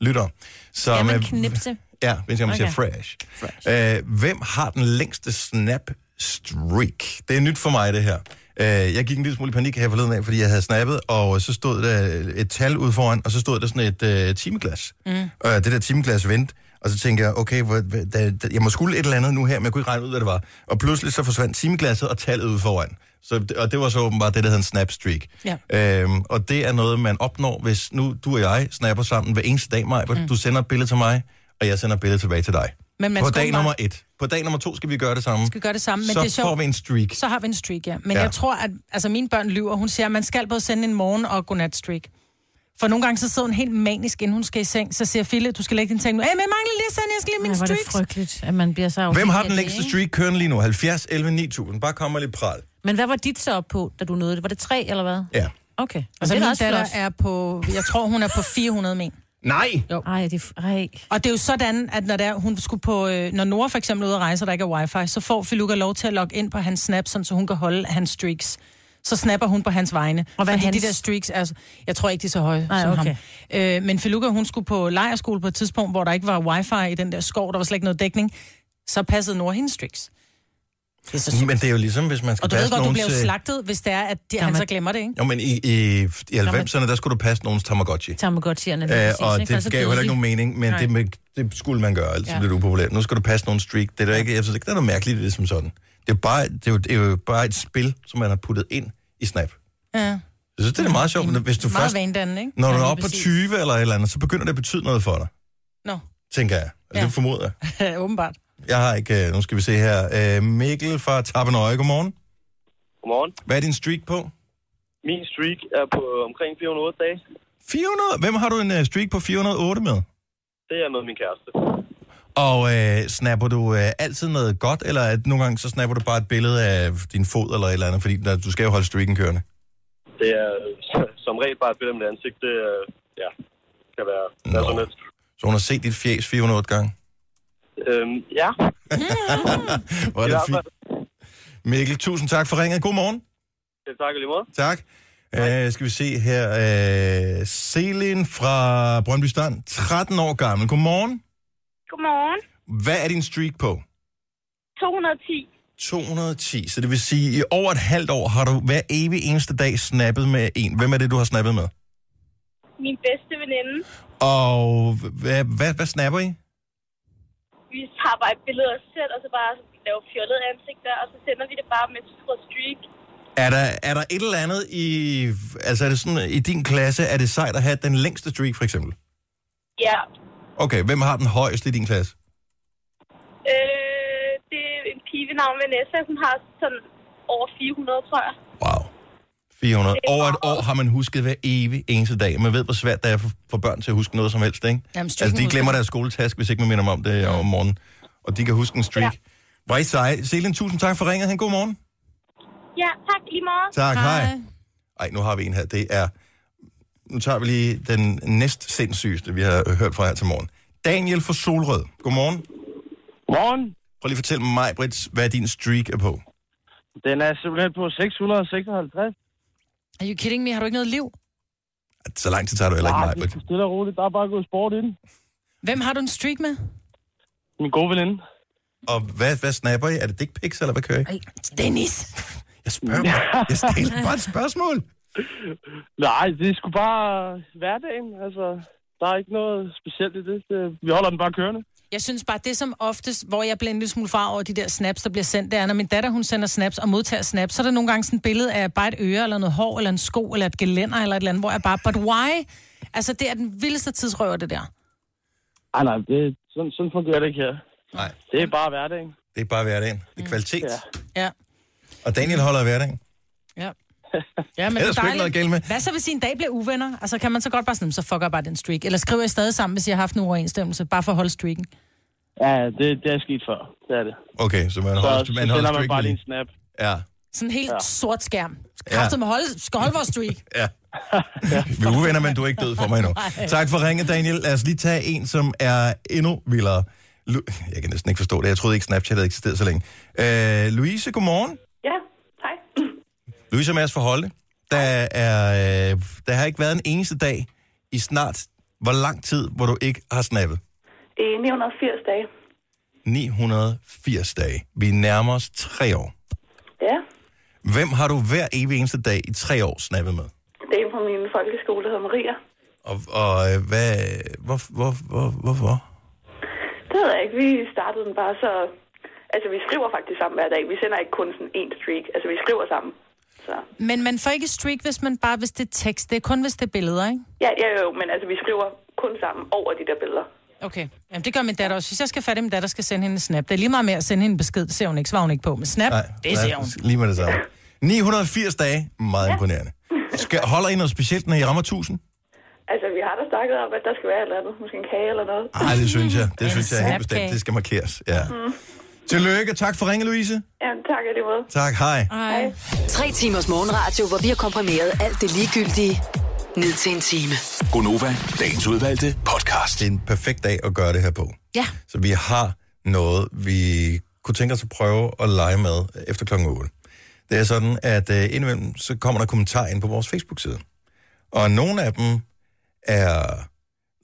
A: lytter? Som,
C: Ja, man
A: øh,
C: knipse.
A: Ja, hvis jeg okay. siger
C: Okay.
A: fresh. fresh. Øh, hvem har den længste snap streak? Det er nyt for mig, det her. Øh, jeg gik en lille smule i panik her forleden af, fordi jeg havde snappet, og så stod der et tal ud foran, og så stod der sådan et øh, timeglas. Mm. Og det der timeglas vendte, og så tænkte jeg, okay, hvor, hvad- da, da, jeg må skulle et eller andet nu her, men jeg kunne ikke regne ud, hvad det var. Og pludselig så forsvandt timeglasset og tallet ud foran. Så, det- og det var så åbenbart det, der hedder en snap streak.
D: Ja.
A: Øhm, og det er noget, man opnår, hvis nu du og jeg snapper sammen hver eneste dag, Maja. Mm. Du sender et billede til mig, og jeg sender et billede tilbage til dig.
D: Men man
A: på
D: skal
A: dag
D: åbenbart-
A: nummer et. På dag nummer to skal vi gøre det samme.
D: Vi gør det samme, men
A: så
D: det er sjovt.
A: får vi en streak.
D: Så har vi en streak, ja. Men
A: Ja.
D: ja. jeg tror, at altså, mine børn lyver. Hun siger, at man skal både sende en morgen- og godnat-streak. For nogle gange så sidder hun helt manisk, inden hun skal i seng. Så siger Fille, du skal lægge din ting nu. Hey, men jeg mangler lige at sende, jeg skal lige
C: Ej,
D: min
C: hvor er det
D: streaks.
C: frygteligt, at man bliver så afhængig
A: Hvem har
C: af
A: den
C: det,
A: længste
C: ikke?
A: streak kørende lige nu? 70, 11, 9000. Bare kom og lidt pral.
C: Men hvad var dit så op på, da du nåede det? Var det tre eller hvad?
A: Ja.
C: Okay.
D: Altså,
C: det
D: min
C: da
D: datter
C: flot.
D: er på, jeg tror, hun er på 400 men.
A: Nej!
C: Ej, det er... f- Ej.
D: Og det er jo sådan, at når der, hun skulle på, øh, når Nora for eksempel er ude at rejse, og der ikke er wifi, så får Filuka lov til at logge ind på hans snap, sådan, så hun kan holde hans streaks. Så snapper hun på hans vegne.
C: Og hvad er
D: fordi
C: hans?
D: de der streaks er, jeg tror ikke, de er så høje
C: Nej,
D: som
C: okay.
D: ham. Øh, men Filuka, hun skulle på lejerskole på et tidspunkt, hvor der ikke var wifi i den der skov, der var slet ikke noget dækning. Så passede Nora hendes streaks. Det er så sygt.
A: Men det er jo ligesom, hvis man skal
D: Og du ved
A: passe
D: godt, du
A: nogens...
D: bliver jo
A: øh,
D: slagtet, hvis det er, at de, han
C: Jamen.
D: så glemmer det, ikke?
A: Jo, men i, i, i 90'erne, der skulle du passe nogens Tamagotchi.
C: Tamagotchierne. lige
A: Øh,
C: præcis,
A: og
C: ikke?
A: det
C: så
A: gav jo
C: døde
A: heller
C: de.
A: ikke nogen mening, men
C: Nej.
A: det, med- det skulle man gøre, ellers ja.
C: Ja.
A: blev det upopulært. Nu skal du passe nogle streak. Det er da ikke, jeg synes ikke, det er noget mærkeligt i det som sådan. Det er, jo bare, det, er jo, det er jo bare et spil, som man har puttet ind i Snap.
D: Ja.
A: Jeg synes, det er meget sjovt, men hvis du
D: Meget
A: først...
D: vanedannende, ikke?
A: Når du er
C: lige
A: oppe på
C: præcis.
A: 20 eller et eller andet, så begynder det at betyde noget for dig,
D: Nå,
A: tænker jeg. Eller
D: Ja.
A: det formoder jeg.
D: åbenbart.
A: Jeg har ikke... øh, Nu skal vi se her. Øh, Mikkel fra Tappenøje, godmorgen.
H: Godmorgen.
A: Hvad er din streak på?
H: Min streak er på omkring 408 dage.
A: 400? Hvem har du en øh, streak på 408 med?
H: Det er med min kæreste.
A: Og øh, snapper du øh, altid noget godt, eller at nogle gange så snapper du bare et billede af din fod eller et eller andet, fordi der, du skal jo holde streaken kørende.
H: Det er øh, som regel bare et billede med mit ansigt. Det øh, ja, kan være hvad
A: Nå.
H: som helst.
A: Så hun har set dit fjes 408 gange.
H: Øhm, ja,
A: Hvor er det
H: i hvert
A: fint.
H: fald.
A: Mikkel, tusind tak for ringet. God morgen.
H: Det takker lige måde.
A: Tak. Øh, skal vi se her. Øh, Selin fra Brøndby Strand, 13 år gammel. Godmorgen.
I: Godmorgen.
A: Hvad er din streak på?
I: 210.
A: 210. Så det vil sige, i over et halvt år har du hver evig eneste dag snappet med en. Hvem er det, du har snappet med?
I: Min bedste veninde.
A: Og hvad, hvad, hvad snapper I?
I: Vi tager bare et billede af os selv, og så bare laver fjollede ansigter, og så sender vi det bare med på streak.
A: Er der, er der et eller andet i... Altså er det sådan, i din klasse, er det sejt at have den længste streak, for eksempel?
I: Ja.
A: Okay, hvem har den højeste i din klasse?
I: Øh, det er en pige ved navn Vanessa. Hun har sådan over 400, tror jeg.
A: Wow. 400.
I: Det er
A: Over et
I: meget.
A: år har man husket hver evig eneste dag. Man ved, hvor svært det er for, for børn til at huske noget som helst, ikke?
D: Jamen,
A: altså,
D: streaken
A: de
D: husker
A: glemmer
D: man.
A: deres skoletask, hvis ikke man minder dem om det øh, om morgenen. Og de kan huske en streak. Ja. Var I seje? Selin, tusind tak for ringet. Han, god morgen.
I: Ja, tak lige meget.
A: Tak, hej. hej. Ej, nu har vi en her. Det er... Nu tager vi lige den næst sindssygeste, vi har hørt fra her til morgen. Daniel fra Solrød. Godmorgen.
H: Morgen.
A: Prøv lige at fortælle mig, Brits, hvad din streak er på.
H: Den er simpelthen på 656.
D: Are you kidding me? Har du ikke noget liv?
A: Så lang tid tager du heller
H: Ah,
A: ikke mig, Britt.
H: stille og roligt. Der er bare gået sport ind.
D: Hvem har du en streak med?
H: Min gode veninde.
A: Og hvad, hvad snapper I? Er det dick pics, eller hvad kører I?
C: Ej, Dennis.
A: Jeg spørger bare. Jeg stiller bare et spørgsmål.
H: Nej, det er sgu bare hverdagen. Altså, der er ikke noget specielt i det. Det- Vi holder den bare kørende.
D: Jeg synes bare, det som oftest, hvor jeg bliver en lille smule far over de der snaps, der bliver sendt, det er, når min datter, hun sender snaps og modtager snaps, så er der nogle gange sådan et billede af bare et øre, eller noget hår, eller en sko, eller et gelænder, eller et eller andet, hvor jeg bare, but why? Altså, det er den vildeste tidsrøver, det der.
H: Ah, Ej, nej, det, sådan, sådan fungerer det ikke her.
A: Nej.
H: Det er bare hverdagen.
A: Det er bare hverdagen. Det er kvalitet.
L: Mm, Ja.
D: Ja.
A: Og Daniel holder af hverdagen.
D: Ja. Ja,
A: Ellers
D: men
A: sgu
D: det er
A: ikke
D: dejligt.
A: noget galt med.
D: Hvad så, hvis I en dag bliver uvenner? Altså, kan man så godt bare sådan, så fucker jeg bare den streak? Eller skriver I stadig sammen, hvis I har haft en uoverensstemmelse, bare for at holde streaken?
L: Ja, det, det er sket før. Det er det.
A: Okay, så man
L: Så,
A: holder,
L: så
A: man holder
L: sender man
A: streaken
L: bare
A: i.
L: lige en snap.
A: Ja,
D: Sådan en helt ja. sort skærm.
A: Ja.
D: Kræftet med holde, skal holde vores streak.
A: ja. Vi er uvenner, men du er ikke død for mig endnu. Tak for ringet, Daniel. Lad os lige tage en, som er endnu vildere. Lu- jeg kan næsten ikke forstå det. Jeg troede ikke, Snapchat havde eksisteret så længe. Øh, Louise, godmorgen.
M: Ja, hej.
A: Louise og Mads for Holde. Der, er, øh, der har ikke været en eneste dag i snart hvor lang tid, hvor du ikke har snappet.
M: Det er 980 dage.
A: 980 dage. Vi nærmer os tre år.
M: Ja,
A: Hvem har du hver evig eneste dag i tre år snappet med?
M: det er på min folkeskole, der hedder Maria.
A: Og, og øh, hvad, hvor, hvor, hvor, hvorfor?
M: Det ved jeg ikke. Vi startede den bare så... Altså, vi skriver faktisk sammen hver dag. Vi sender ikke kun sådan en streak. Altså, vi skriver sammen. Så...
D: Men man får ikke streak, hvis man bare, hvis det er tekst. Det er kun, hvis det er billeder, ikke?
M: Ja, ja, jo, men altså, vi skriver kun sammen over de der billeder.
D: Okay. Jamen, det gør min datter også. Hvis jeg skal fatte, at min datter skal sende hende en snap, det er lige meget med at sende hende en besked. Det ser hun ikke, svarer hun ikke på. Men snap, Nej, det ser hun.
A: Lige med det samme. 980 dage. Meget ja. imponerende. Skal, holder I noget specielt, når I rammer 1000?
M: Altså, vi har da snakket om, at der skal være et eller andet. Måske en kage eller noget.
A: Nej, det synes jeg. Det synes jeg er helt
M: snapkage.
A: bestemt. Det skal markeres. Ja.
M: Mm.
A: Tillykke. Tak for ringen, Louise.
M: Ja, tak af det måde.
A: Tak. Hej.
M: Hej.
E: Tre timers morgenradio, hvor vi har komprimeret alt det ligegyldige ned til en time.
A: Gonova, dagens udvalgte podcast. Det er en perfekt dag at gøre det her på.
E: Ja.
A: Så vi har noget, vi kunne tænke os at prøve at lege med efter klokken 8. Det er sådan, at øh, indimellem så kommer der kommentarer ind på vores Facebook-side. Og nogle af dem er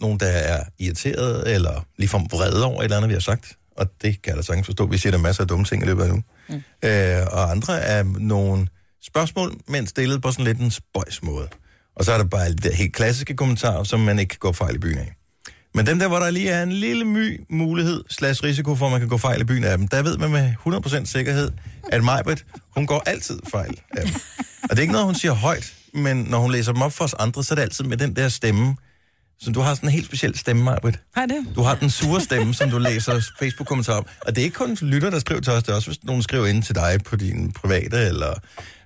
A: nogen, der er irriteret eller ligefrem vrede over et eller andet, vi har sagt. Og det kan jeg da sagtens forstå. Vi siger der er masser af dumme ting i løbet af nu. Mm. Øh, og andre er nogle spørgsmål, men stillet på sådan lidt en spøjs måde. Og så er der bare alle de der helt klassiske kommentarer, som man ikke kan gå fejl i byen af. Men dem der, hvor der lige er en lille my mulighed slash risiko for, at man kan gå fejl i byen af dem, der ved man med 100% sikkerhed, at Majbrit, hun går altid fejl af dem. Og det er ikke noget, hun siger højt, men når hun læser dem op for os andre, så er det altid med den der stemme, som du har sådan en helt speciel stemme, Majbrit.
D: Hej det.
A: Du har den sure stemme, som du læser Facebook-kommentarer om. Og det er ikke kun lytter, der skriver til os. Det er også, hvis nogen skriver ind til dig på din private, eller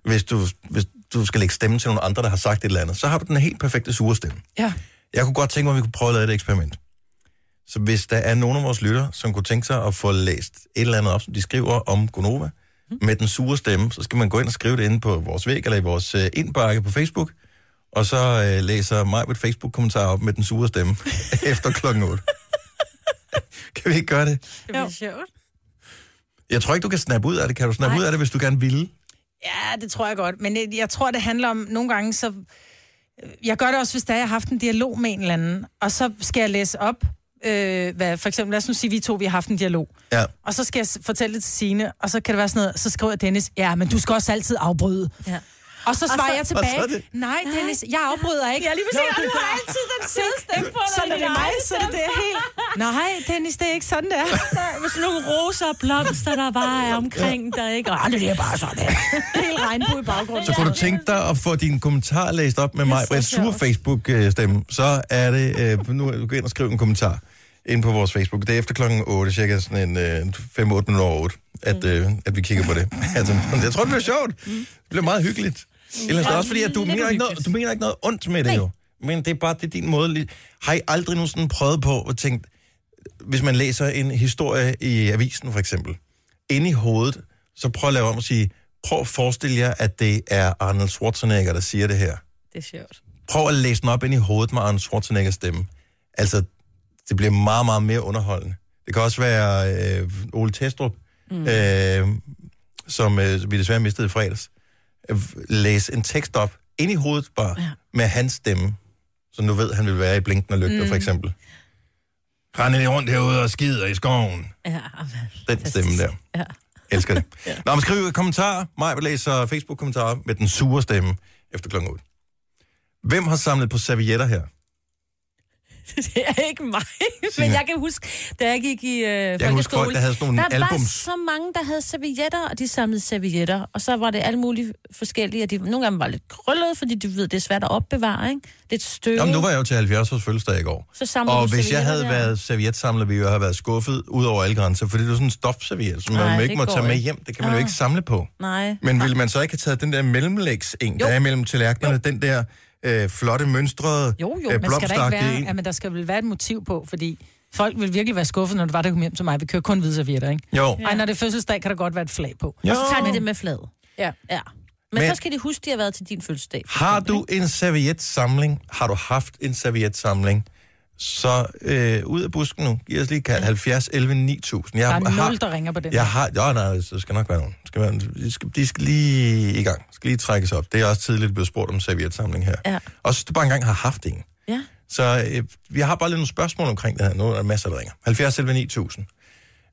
A: hvis du, hvis du skal lægge stemme til nogle andre, der har sagt et eller andet, så har du den helt perfekte sure stemme.
D: Ja.
A: Jeg kunne godt tænke mig, at vi kunne prøve at lave et eksperiment. Så hvis der er nogen af vores lytter, som kunne tænke sig at få læst et eller andet op, som de skriver om Gonova, med den sure stemme, så skal man gå ind og skrive det inde på vores væg eller i vores øh, indbakke på Facebook, og så øh, læser mig et Facebook-kommentar op med den sure stemme efter klokken 8. kan vi ikke gøre det?
C: Det bliver sjovt.
A: Jeg tror ikke, du kan snappe ud af det. Kan du snappe ud af det, hvis du gerne vil?
D: Ja, det tror jeg godt. Men øh, jeg tror, det handler om nogle gange, så... øh, Jeg gør det også, hvis der er, jeg har haft en dialog med en eller anden, og så skal jeg læse op, øh, hvad, for eksempel, lad os nu sige, vi to, vi har haft en dialog.
A: Ja.
D: Og så skal jeg s- fortælle det til Signe, og så kan det være sådan noget, så skriver Dennis, ja, men du skal også altid afbryde. Ja. Og så
C: Og
D: svarer
C: så-
D: jeg
C: Og så
D: tilbage,
C: er det-
D: nej, Dennis, jeg afbryder ikke.
C: Ja, lige præcis,
D: Nå,
C: og
D: det
C: du har
D: gør-
C: altid den søde stemme på dig,
D: Så når det er
C: din
D: mig,
C: egen
D: så er det det
C: stemme.
D: helt. Nej, Dennis, det er ikke sådan, det er.
C: Med sådan nogle roser og blomster, der bare er omkring dig, ikke? Og det er bare sådan her. Helt regnbue i baggrunden.
A: Så kunne du tænke dig at få din kommentar læst op med mig på en sur Facebook-stemme, så er det, øh, nu er du gå ind og skrive en kommentar ind på vores Facebook. Det er efter klokken 8, cirka sådan en øh, 5-8 minutter over 8, at, øh, at vi kigger på det. altså, jeg tror, det bliver sjovt. Det bliver meget hyggeligt. Ellers er det også fordi, at du mener, ikke noget, du mener ikke noget ondt med det jo. Men det er bare det er din måde. lige- Har I aldrig nogensinde prøvet på at tænke, hvis man læser en historie i avisen for eksempel, inde i hovedet, så prøv at lave om og sige, prøv at forestille jer, at det er Arnold Schwarzenegger, der siger det her.
C: Det er sjovt.
A: Prøv at læse den op ind i hovedet med Arnold Schwarzeneggers stemme. Altså, det bliver meget, meget mere underholdende. Det kan også være øh, Ole Testrup, mm. øh, som øh, vi desværre mistede i fredags. Øh, Læs en tekst op ind i hovedet bare ja. med hans stemme. Så nu ved han vil være i blinken og lygter, mm.
N: Mm.
A: for eksempel. Rende lidt rundt herude og skider i skoven.
N: Ja,
A: Den stemme
C: altså,
A: der.
N: Ja.
A: Elsker det. ja. Nå, men skriv kommentarer. Maj vil læse Facebook-kommentarer med den sure stemme efter klokken 8. Hvem har samlet på servietter her?
C: det er ikke mig. Men jeg kan huske, da jeg gik i øh, jeg
A: kan huske folk, der havde sådan nogle
C: der var
A: albums.
C: så mange, der havde servietter, og de samlede servietter. Og så var det alle mulige forskellige, og de, nogle af dem var lidt krøllede, fordi du ved, det er svært at opbevare, ikke? Lidt støvet.
A: Jamen, nu var jeg jo til 70 års fødselsdag i går.
C: Så samlede
A: og
C: du
A: hvis jeg
C: servietter
A: havde
C: der?
A: været servietsamler, ville jeg have været skuffet ud over alle grænser, fordi det var sådan en stofserviet, som
C: Nej,
A: man jo
C: det
A: ikke må
C: går
A: tage med
C: ikke.
A: hjem. Det kan man jo
C: Ah.
A: ikke samle på.
C: Nej.
A: Men ville man så ikke have taget den der mellemlægs en, der
D: Jo.
A: er mellem tallerkenerne, den der øh, flotte mønstrede,
D: Jo, jo,
A: øh,
D: men skal der ikke
A: blomstagtige en?
D: være, ja, men der skal vel være et motiv på, fordi folk vil virkelig være skuffet, når du var der kom hjem til mig. Vi kører kun hvide servietter, ikke?
A: Jo.
D: Ej, når det er fødselsdag, kan der godt være et flag på.
A: Jo.
C: Og så tager de det med fladet.
D: Ja.
C: ja. Men,
A: Men-
C: Men, så skal de huske, de har været til din fødselsdag.
A: Har du en servietsamling, har du haft en servietsamling, så øh, ud af busken nu, giv os lige kald 70 11 9000. Jeg
D: Der er nul,
A: har,
D: der ringer på den.
A: jeg har, jo, nej, så skal nok være nogen. Skal være, de, skal, de skal lige i gang, skal lige trækkes op. Det er også tidligt blevet spurgt om servietsamling her.
C: Ja.
A: Også hvis du bare engang har haft en.
C: Ja.
A: Så øh, vi har bare lidt nogle spørgsmål omkring det her. Nu er der masser, der ringer. 70 11 9000.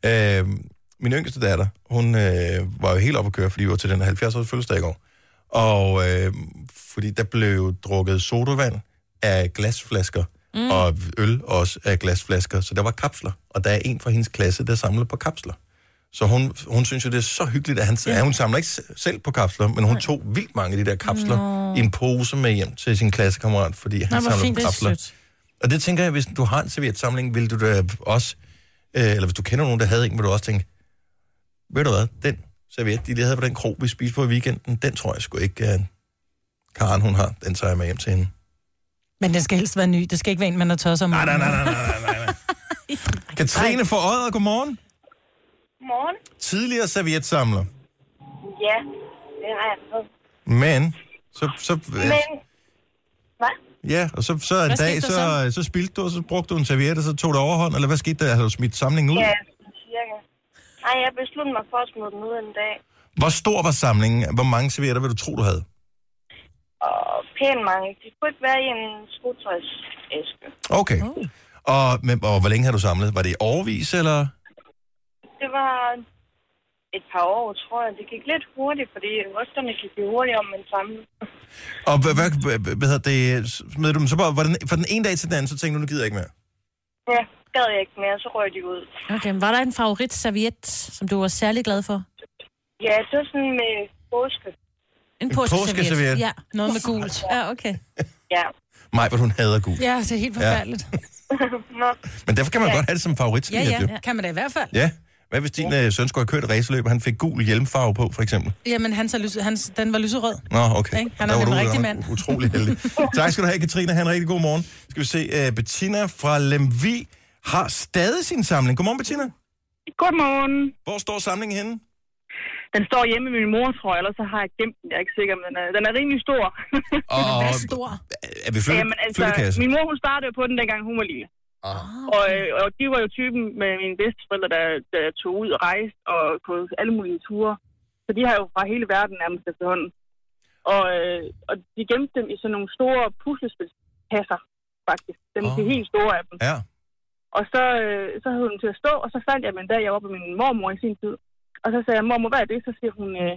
A: Øh, min yngste datter, hun øh, var jo helt oppe at køre, fordi vi var til den 70-års fødselsdag i går. Og øh, fordi der blev drukket sodavand af glasflasker, mm. og øl også af glasflasker, så der var kapsler. Og der er en fra hendes klasse, der samler på kapsler. Så hun, hun synes jo, det er så hyggeligt, at han, ja. hun samler ikke se- selv på kapsler, men hun tog vildt mange af de der kapsler
N: Nå.
A: i en pose med hjem til sin klassekammerat, fordi han
N: Nå, hvor
A: samler
N: fint.
A: på
N: Det er
A: kapsler.
N: sødt.
A: Og det tænker jeg, hvis du har en servietsamling, vil du da også, øh, eller hvis du kender nogen, der havde en, vil du også tænke, ved du hvad, den serviet, de lige havde på den krog, vi spiste på i weekenden, den tror jeg sgu ikke, øh, Karen hun har, den tager jeg med hjem til hende.
D: Men den skal helst være ny. Det skal ikke være en, man har tørret sig om. Nej, nej,
A: nej, nej, nej. Katrine for Odder, godmorgen.
O: Morgen.
A: Tidligere servietsamler,
O: Ja, det har jeg fået.
A: men så, så, øh,
O: Men, hvad?
A: ja, og så, så en
O: Hvad
A: dag,
O: skete der
A: så, øh, så spildte du, og så brugte du en serviet, og så tog det overhånd, eller hvad skete der? Havde du smidt samlingen ud?
O: Ja, cirka. Ej, jeg besluttede mig for at smide den ud en dag.
A: Hvor stor var samlingen? Hvor mange servietter vil du tro, du havde?
O: Og pænt mange. De kunne ikke være i en skotøjsæske.
A: Okay. Oh. Og, men, og hvor længe har du samlet? Var det i overvis, eller?
O: Det var et par år, tror jeg. Det gik lidt hurtigt, fordi rygterne gik jo hurtigt om en samling.
A: Og hvad, hvad, hvad, hvad hedder det? Smed du dem så bare, var den, fra den ene dag til den anden, så tænkte du, nu gider jeg ikke mere?
O: Ja, gad jeg ikke mere, så røg de ud.
C: Okay, men var der en favorit serviet, som du var særlig glad for?
O: Ja, det var sådan med påske.
C: En
A: påskeserviet. påskeserviet.
C: Ja,
D: noget med gult.
C: Ja, okay.
O: Ja.
A: Maj, hvor hun hader gul.
D: Ja, det er helt forfærdeligt.
O: Nå.
A: Men derfor kan man ja. godt have det som favorit.
D: Ja, ja, kan man da i hvert fald.
A: ja. Hvad hvis din ja. søn skulle have kørt raceløb, og han fik gul hjelmfarve på, for eksempel?
D: Jamen, hans, er lys, hans den var lyserød.
A: Nå, okay.
D: Ikke? Han
A: Der
D: er
A: var
D: den
A: du
D: rigtige
A: godt
D: mand.
A: nok Utrolig heldig. tak skal du have, Katrine. Ha' en rigtig god morgen. Skal vi se, uh, Bettina fra Lemvi har stadig sin samling. Godmorgen, Bettina.
K: Godmorgen.
A: Hvor står samlingen henne?
K: Den står hjemme med min mor, tror jeg, ellers så har jeg gemt den. Jeg er ikke sikker, men den er, den er rimelig stor.
A: Og, Er vi flyttet,
K: Jamen, altså,
A: flyttekasse?
K: min mor, hun startede på den, dengang hun var lille.
A: Ah.
K: Og, øh, og de var jo typen med mine bedsteforældre, der, der tog ud og rejste og på alle mulige ture. Så de har jo fra hele verden nærmest efterhånden. Og, øh, og de gemte dem i sådan nogle store puslespilskasser, faktisk. Dem, oh. De
A: Åh.
K: helt store af dem.
A: Ja.
K: Og så, øh, så hed hun til at stå, og så fandt jeg dem en dag, jeg var på min mormor i sin tid. Og så sagde jeg, mormor, hvad er det? Så siger hun, øh,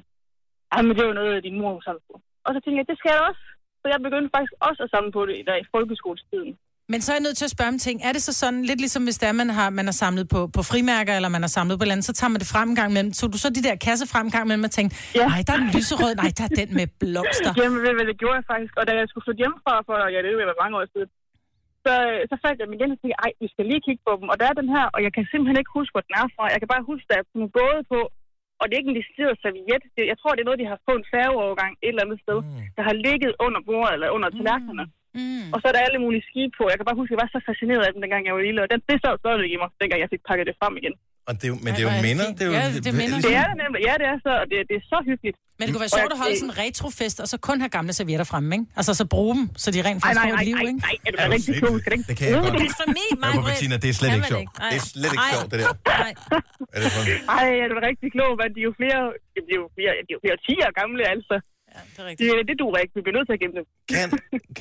K: "Ej, men det var noget, din mor hun samlede på. Og så tænkte jeg, det skal jeg da også. Så jeg begyndte faktisk også at samle på det der i folkeskoletiden.
D: Men så er jeg nødt til at spørge om ting. Er det så sådan, lidt ligesom hvis det er, man har, man har samlet på, på frimærker, eller man har samlet på et eller andet, så tager man det frem en gang imellem. Så du så de der kasse frem en gang imellem og tænkte, nej, der er en lyserød, nej, der er den med blomster.
K: Jamen, ved du hvad, det gjorde jeg faktisk. Og da jeg skulle flytte hjemmefra for, ja, det var mange år siden, så, øh, så fandt jeg dem igen og tænkte, ej, vi skal lige kigge på dem. Og der er den her, og jeg kan simpelthen ikke huske, hvor den er fra. Jeg kan bare huske, at jeg kunne både på, og det er ikke en decideret serviet. Det, jeg tror, det er noget, de har fået en færgeovergang et eller andet sted, mm. der har ligget under bordet eller under tallerkenerne.
D: Mm.
K: Og så er der alle mulige skibe på. Jeg kan bare huske, at jeg var så fascineret af den, dengang jeg var lille. Og den, det sad stadigvæk i mig, dengang jeg fik pakket det frem igen.
A: Og det er jo, men det er jo minder. Det er jo,
K: Det er det nemlig. Ja, det er så, og det, det er så hyggeligt.
D: Men det kunne være
K: Og
D: sjovt
K: jeg-
D: at holde sådan en retrofest, og så kun have gamle servietter fremme, ikke? Altså så bruge dem, så de rent
K: Ej,
D: faktisk
K: nej,
D: får
K: nej,
D: et liv,
K: nej,
D: ikke?
K: nej, er du
A: Er
K: da
A: du
K: rigtig
A: sindssyg?
K: klog? Skal det ikke?
A: Det kan jeg godt.
K: Blasfemi,
A: Maja, Bettina, det er slet ikke sjovt. Det er slet ikke sjovt, det der. Er det sådan?
K: Ej, er du da rigtig klog, mand? De er jo flere, de er jo flere, de er jo flere tiger gamle, altså. Ja, det er rigtigt. Det, det duer ikke. Vi bliver nødt til at gemme dem.
A: Kan,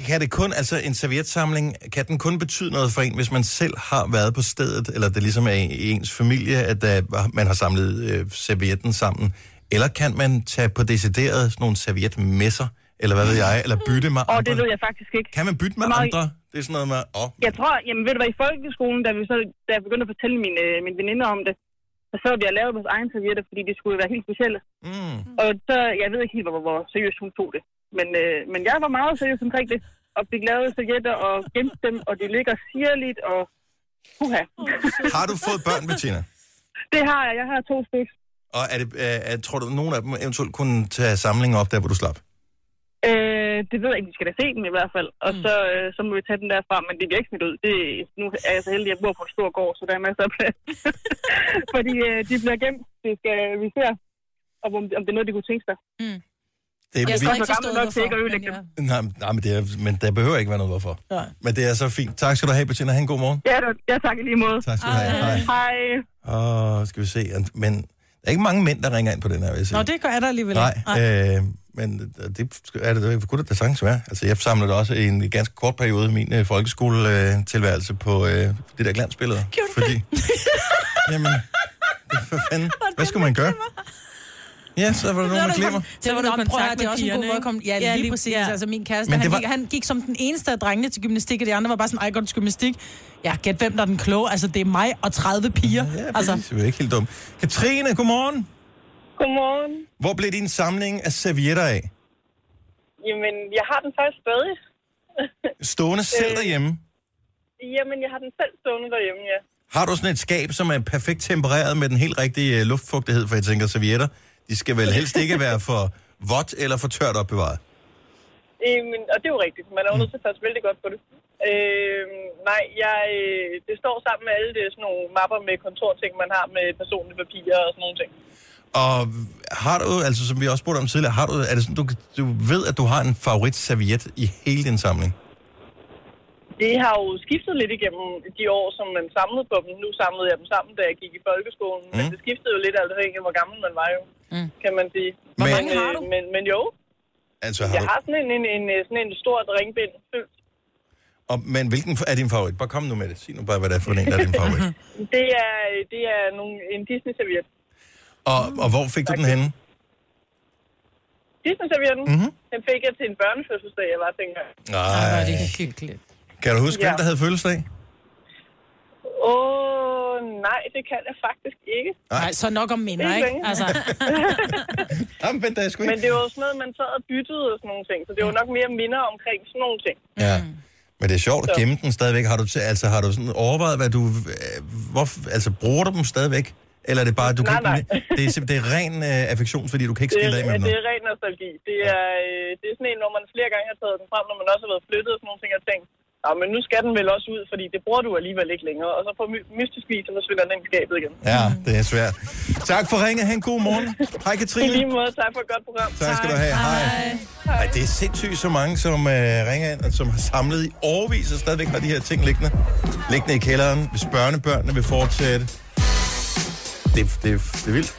A: kan det kun, altså en servietsamling, kan den kun betyde noget for en, hvis man selv har været på stedet, eller det ligesom er i ens familie, at uh, man har samlet uh, servietten sammen? Eller kan man tage på decideret sådan nogle servietmesser, eller hvad ved jeg, eller bytte med
K: Og
A: andre.
K: det ved jeg faktisk ikke.
A: Kan man bytte med
K: Meget-
A: andre? Det er sådan noget med, åh,
K: Jeg tror, jamen ved du hvad, i folkeskolen, da, vi så, da jeg begyndte at fortælle mine, øh, mine veninder om det, så sad vi og lavede vores egen servietter, fordi de skulle jo være helt specielle.
A: Mm.
K: Og så, jeg ved ikke helt, hvor, hvor seriøst hun tog det. Men, øh, men jeg var meget seriøs omkring det, og fik lavet servietter og gemte dem, og de ligger sirligt, og puha.
A: har du fået børn, Bettina?
K: det har jeg, jeg har to stykker.
A: Og er det, er, er, tror du, at nogen af dem eventuelt kunne tage samlingen op, der hvor du slap?
K: Øh, det ved jeg ikke, vi skal da se dem i hvert fald, og så, øh, så må vi tage den derfra, men det bliver ikke smidt ud. Det, nu er jeg så heldig, at jeg bor på en stor gård, så der er masser af plads. Fordi øh, de bliver gemt, det skal vi se, om, om det er noget, de kunne tænke sig. Mm.
A: Det er
K: jeg
A: vi-
K: er så gammel nok til ikke at ødelægge dem.
A: Nej, men- nej men, det er, men der behøver ikke være noget hvorfor.
K: Nej.
A: Men det er så fint. Tak skal du have, Bettina. Ha' en god morgen.
K: Ja, da- ja, tak i lige måde.
A: Tak skal du have. Hej.
K: Hej.
A: Og skal vi se. at- Men der er ikke mange mænd, der ringer ind på den her, vil jeg sige.
D: Nå, det gør der alligevel.
A: Nej,
D: ikke.
A: øh, men det er det, det kunne det da sagtens være. Altså, jeg samlede også i en ganske kort periode i min øh, folkeskoletilværelse på øh, det der glansbillede. Fordi, jamen, hvad fanden, hvad skulle man gøre? Ja, så var der nogen, der glemmer.
D: Så var du kontakt det er også en god måde at komme... Ja, lige, ja, lige præcis. Ja. Altså, min kæreste,
A: Men det
D: han,
A: var-
D: var... gik, han gik som den eneste af drengene til gymnastik, og de andre var bare sådan, ej, godt til gymnastik. Ja, gæt hvem, der er den kloge. Altså, det er mig og 30 piger. Ja, ja, altså,
A: Det er jo ikke helt dumt. Katrine, godmorgen.
N: Godmorgen.
A: Hvor blev din samling af servietter af?
N: Jamen, jeg har den faktisk stadig.
A: Stående selv
N: Øh.
A: derhjemme.
N: Jamen, jeg har den selv stående derhjemme, ja.
A: Har du sådan et skab, som er perfekt tempereret med den helt rigtige øh, luftfugtighed? For jeg tænker, servietter, de skal vel helst ikke være for vådt eller for tørt opbevaret.
N: Øhm, og det er jo rigtigt. Man er jo nødt til at passe vældig godt på det. Øhm, nej, jeg, øh, det står sammen med alle de, sådan nogle mapper med kontorting, man har med personlige papirer og sådan nogle ting.
A: Og har du, altså som vi også spurgte om tidligere, har du, er det sådan, du, du ved, at du har en favorit serviet i hele din samling?
N: Det har jo skiftet lidt igennem de år, som man samlede på dem. Nu samlede jeg dem sammen, da jeg gik i folkeskolen. Mm. Men det skiftede jo lidt alt afhængig af, hvor gammel man var jo, mm. kan man sige.
A: Hvor
N: men,
A: mange har
N: øh, Men, men jo,
A: Altså, har
N: jeg
A: du,
N: har sådan en, en, en, øh, sådan en stor drinkbind fyldt
A: og, men hvilken er din favorit? Bare kom nu med det. Sig nu bare, hvad det er for en, der er din favorit.
N: Det er, det er nogle, en Disney-serviet.
A: Og, og hvor fik du den henne?
N: Disney-servietten,
A: Mhm.
N: mm-hmm. den fik jeg til en børnefødselsdag, jeg var tænker.
A: Nej.
D: hyggeligt.
A: Kan du huske,
N: Ja.
A: hvem der havde fødselsdag?
N: Åh, nej, det kan jeg faktisk ikke.
D: nej, så nok om minder,
N: Ikke
D: ikke?
N: længe.
D: Altså,
A: Jamen, vent, der er sgu
N: Men det var jo sådan noget, man sad og byttede og sådan nogle ting, så det var nok mere minder omkring sådan nogle ting.
A: Ja. Men det er sjovt at
N: Mm. Så.
A: gemme den stadigvæk. Har du, til- altså, har du sådan overvejet, hvad du... øh, Hvor, altså, bruger du dem stadigvæk? Eller er det bare, du kan
N: Nej,
A: ikke... Det er, simp- det er ren øh, affektion, fordi du kan ikke
N: Det
A: skille
N: er,
A: dig af med dem.
N: det
A: nu.
N: er ren nostalgi. Det er, øh, det er sådan en, hvor man flere gange har taget den frem, når man også har været flyttet og sådan nogle ting, og tænkt, Nå, men nu skal den vel også ud, fordi det bruger du alligevel ikke længere. Og så på my- mystisk vis, så forsvinder den ind i skabet igen.
A: Ja, det er svært. Tak for ringet. Ha' en god morgen. Hej,
N: I
A: Katrine.
N: lige måde, tak for et godt program.
A: Tak skal du have. Hej. Ej, det er sindssygt så mange, som øh, ringer ind, og som har samlet i overvis, og stadigvæk har de her ting liggende. Liggende i kælderen, hvis børnebørnene vil fortsætte. Det, det, det er vildt.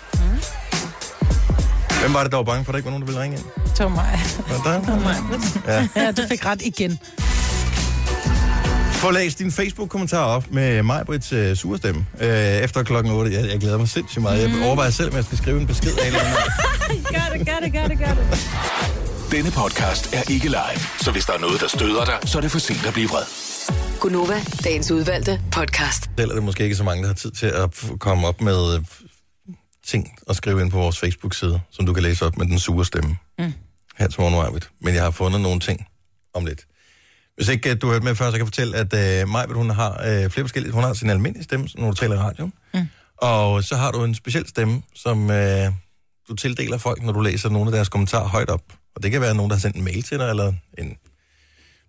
A: Hvem var det, der var bange for, at der ikke var nogen, der ville ringe ind?
D: tog mig.
A: Var det dig? Ja.
D: Ja. ja, du fik ret igen.
A: Få læst din Facebook-kommentar op med mig, Brits øh, surstemme, øh, efter klokken 8. Jeg, jeg glæder mig sindssygt meget. Jeg overvejer selv, om jeg skal skrive en besked af en eller anden.
D: gør det, gør det, gør det, gør det.
F: Denne podcast er ikke live, så hvis der er noget, der støder dig, så er det for sent at blive vred.
E: Gunova, dagens udvalgte podcast.
A: Selv er det måske ikke så mange, der har tid til at f- komme op med øh, ting og skrive ind på vores Facebook-side, som du kan læse op med den sure stemme.
E: Mm.
A: Mm. Her til morgen, Majbrit. Men jeg har fundet nogle ting om lidt. Hvis ikke øh, du har hørt med før, så kan jeg fortælle, at øh, Majbrit, hun har øh, flere forskellige. Hun har sin almindelige stemme, når du taler i radioen. Mm. Og så har du en speciel stemme, som øh, du tildeler folk, når du læser nogle af deres kommentarer højt op. Og det kan være nogen, der har sendt en mail til dig, eller en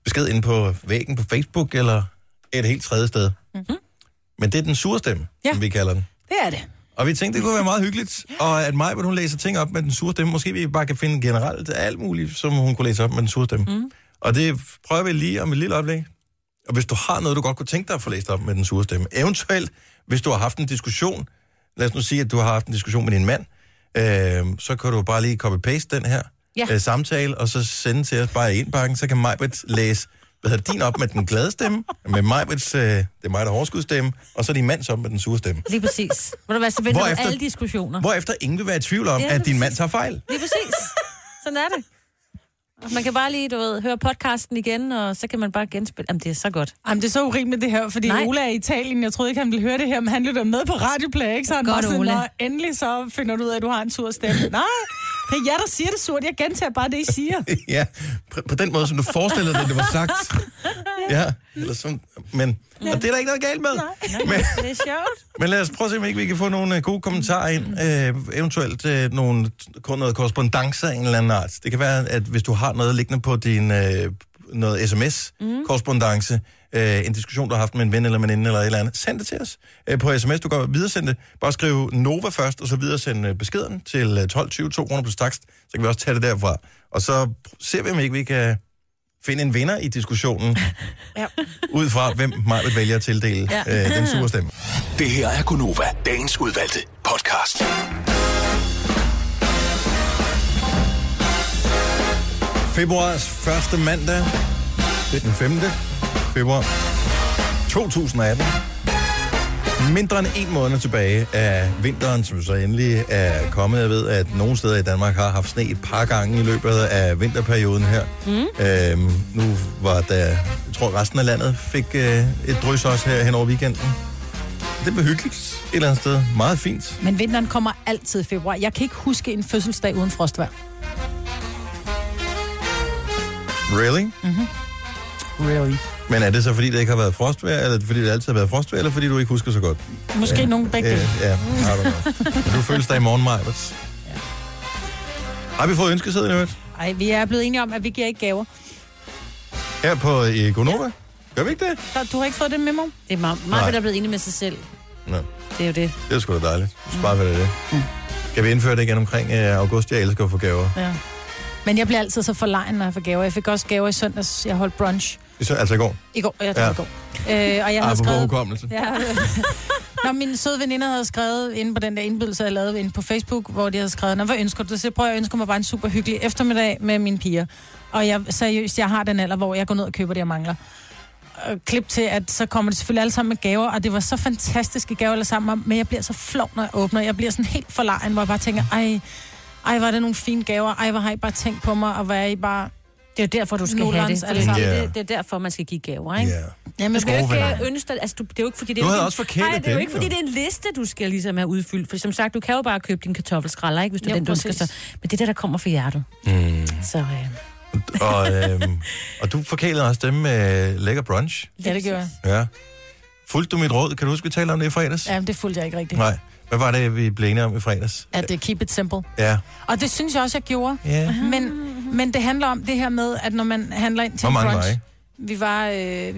A: besked ind på væggen på Facebook, eller et helt tredje sted. Men det er den sure stemme, ja. som vi kalder den.
D: Det er det.
A: Og vi tænkte, det kunne være meget hyggeligt, og at Maja, hun læser ting op med den sure stemme, måske vi bare kan finde generelt alt muligt, som hun kunne læse op med den sure stemme. Mm. Og det prøver vi lige om et lille øjeblik. Og hvis du har noget, du godt kunne tænke dig at få læst op med den sure stemme, eventuelt hvis du har haft en diskussion, lad os nu sige, at du har haft en diskussion med din mand, øh, så kan du bare lige copy-paste den her
P: Ja.
A: ja. øh, samtale, og så sende til os bare i indbakken, så kan Majbrit læse hvad hedder din op med den glade stemme, med Majbrits, øh, det er mig, der har overskudstemme, og så din mands op med den sure stemme.
C: Lige præcis. Må du være så venter du
A: Hvorefter-
C: alle diskussioner.
A: Hvorefter ingen vil være i tvivl om,
C: Ja,
A: ja, at din mand tager fejl.
C: Lige præcis. Sådan er det. Man kan bare lige, du ved, høre podcasten igen, og så kan man bare genspille. Jamen, det er så godt.
D: Jamen, det er så urimeligt det her, fordi
C: Nej.
D: Nej. Ola er i Italien. Jeg troede ikke, han ville høre det her, men han lytter med på Radioplay, ikke? Så han
C: Godt,
D: bare sådan,
C: Ola.
D: "Nå, endelig så finder du ud af, at du har en sur stemme. Nej, det er jer, der siger det surt. Jeg gentager bare det, I siger.
A: ja, pr- på den måde, som du forestillede dig, det var sagt. Ja, eller sådan. Men, og det er der ikke noget galt med.
C: Men... Det er sjovt.
A: Men lad os prøve at se, om ikke vi kan få nogle øh, gode kommentarer ind. Øh, eventuelt øh, nogle, kun noget korrespondence af en eller anden art. Det kan være, at hvis du har noget liggende på din øh, noget sms-korrespondence, øh, en diskussion, du har haft med en ven eller veninde eller et eller andet, send det til os øh, på sms. Du kan videresende det. Bare skriv Nova først, og så videresend øh, beskeden til øh, 12.20, 2 kroner plus takst. Så kan vi også tage det derfra. Og så ser vi, om ikke vi kan finde en vinder i diskussionen,
B: Ja.
A: ud fra hvem Marvitt vælger at tildele
F: Ja.
A: øh, den sure stemme.
F: Det her er Gunova, dagens udvalgte podcast.
A: Februars første mandag. Det er den 5. februar 2018. Mindre end en måned tilbage af vinteren, som så endelig er kommet. Jeg ved, at nogle steder i Danmark har haft sne et par gange i løbet af vinterperioden her. Mm. Øhm, nu var der, jeg tror resten af landet fik øh, et drys også her hen over weekenden. Det var hyggeligt et eller andet sted. Meget fint.
D: Men vinteren kommer altid i februar. Jeg kan ikke huske en fødselsdag uden frostvær.
A: Really?
D: Mm-hmm. Really?
A: Men er det så, fordi det ikke har været frostvejr, eller er det, fordi det altid har været frostvejr, eller fordi du ikke husker så godt?
D: Måske
A: Ja.
D: nogen begge
A: Ja,
D: dele.
A: Øh, Ja, har du Men du føles dig i morgen, Majvers. Har vi fået ønskesedlen, i øvrigt?
D: Ej, vi er blevet enige om, at vi giver ikke gaver.
A: Her på øh, Gonova? Gør vi ikke det?
D: Så Du har ikke fået det memo?
C: Det er meget,
A: Nej.
C: meget der er blevet enig med sig selv.
A: Nå,
C: Det er jo det.
A: det er sgu da dejligt.
D: Mm.
A: Du sparer ved det. Kan vi indføre det igen omkring øh, august? Jeg elsker at få gaver.
D: Ja. Men jeg bliver altid så forlegen, når jeg får gaver. Jeg fik også gaver i søndags. Jeg holdt brunch
A: I så- Altså i går.
D: i går. Jeg tror,
A: Ja.
D: ja. i går. Øh, og jeg havde
A: Apropos
D: skrevet...
A: hukommelse.
D: Ja. Når min søde veninde havde skrevet inde på den der indbydelse, jeg lavede inde på Facebook, hvor de havde skrevet, Nå, hvad ønsker du? Så prøver jeg ønsker mig bare en super hyggelig eftermiddag med mine piger. Og jeg, seriøst, jeg har den alder, hvor jeg går ned og køber det, jeg mangler. Og klip til, at så kommer det selvfølgelig alle sammen med gaver, og det var så fantastiske gaver alle sammen, men jeg bliver så flov, når jeg åbner. Jeg bliver sådan helt forlegen, hvor jeg bare tænker, ej, ej, var det nogle fine gaver, ej, hvor har I bare tænkt på mig, og hvor er I bare...
C: Det er jo derfor, du skal have det.
D: Nolans,
C: for
D: alle
C: det,
D: sammen.
C: er-
D: Ja.
C: det, det er derfor, man skal give gaver, ikke?
A: Yeah.
D: Jamen,
C: du skal jo
D: gode
C: ikke
D: venner.
C: øh, ønske dig... Altså, du, det er jo ikke, fordi det
D: Du
C: er
D: havde
C: din-
D: også forkælet
C: Nej, det er jo
D: dem,
C: ikke, fordi
D: jo.
C: det er en liste, du skal ligesom have udfyldt. For som sagt, du kan jo bare købe din kartoffelskralder, ikke? Hvis det er
D: Jo,
C: den, du ønsker
D: præcis.
C: sig. Men det er det, der kommer fra hjertet.
A: Mm.
C: Så, øh,
A: Og, øh, og du forkælede også dem med øh, lækker brunch.
D: Ja, det gjorde jeg.
A: Ja. Fulgte du mit råd? Kan du huske, vi talte om det i fredags?
D: Ja, men det fulgte jeg ikke rigtigt.
A: Nej. Hvad var det, vi blev enige om i fredags?
D: At det keep it simple.
A: Ja.
D: Og det synes jeg også, jeg gjorde.
A: Ja.
D: Men, men det handler om det her med, at når man handler ind til
A: Hvor
D: en
A: mange
D: brunch...
A: var I?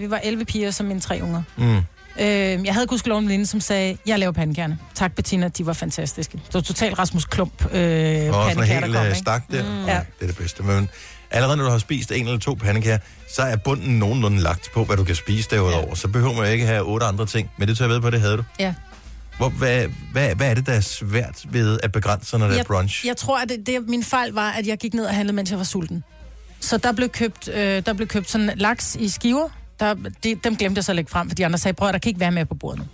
D: Vi var, øh, vi var 11 piger som mine tre unger.
A: Mm.
D: Øh, jeg havde gudskelov en veninde, som sagde, jeg laver pandekærne. Tak Bettina, de var fantastiske. Det var totalt Rasmus Klump øh, pandekærer,
A: Og sådan en
D: der
A: helt
D: kom,
A: øh,
D: ikke?
A: stak der. Mm. Ja.
D: Ja.
A: Det er det bedste. Men allerede når du har spist en eller to pandekager, så er bunden nogenlunde lagt på, hvad du kan spise derudover. Ja. Så behøver man ikke have otte andre ting. Men det tør jeg ved på, det havde du.
D: Ja.
A: Hvor, hvad, hvad, hvad er det, der er svært ved at begrænse, sig, når der er
D: jeg,
A: brunch?
D: Jeg tror, at det, det, min fejl var, at jeg gik ned og handlede, mens jeg var sulten. Så der blev købt, øh, der blev købt sådan laks i skiver. Der, de, dem glemte jeg så at lægge frem, for de andre sagde, prøv at der kan ikke være med på bordet nu.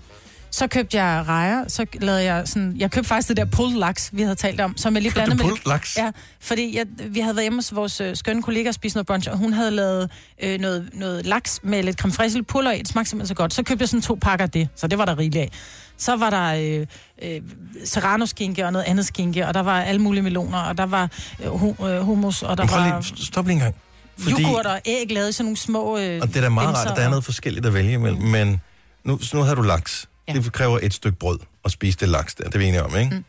D: Så købte jeg rejer, så lavede jeg sådan... Jeg købte faktisk det der pulled laks, vi havde talt om, som jeg lige
A: Købte
D: blandede
A: pulled laks?
D: Ja, fordi jeg, vi havde været hjemme hos vores øh, skønne kollega og spist noget brunch, og hun havde lavet øh, noget, noget laks med lidt creme fraiche, lidt puller i. Det smagte simpelthen så godt. Så købte jeg sådan to pakker af det, så det var der rigeligt af. Så var der øh, øh, serrano-skinke og noget andet skinke, og der var alle mulige meloner, og der var øh, hu- øh, hummus, og der
A: Men prøv
D: var
A: lige, stop lige en gang. Fordi,
D: yoghurt og æg lavet i sådan nogle små... Øh,
A: og det er da meget rart,
D: dimser
A: at der er
D: og-
A: noget forskelligt at vælge imellem. Men nu, så nu har du laks. Ja. Det kræver et stykke brød at spise det laks der. Det er vi enige om, ikke? Mm.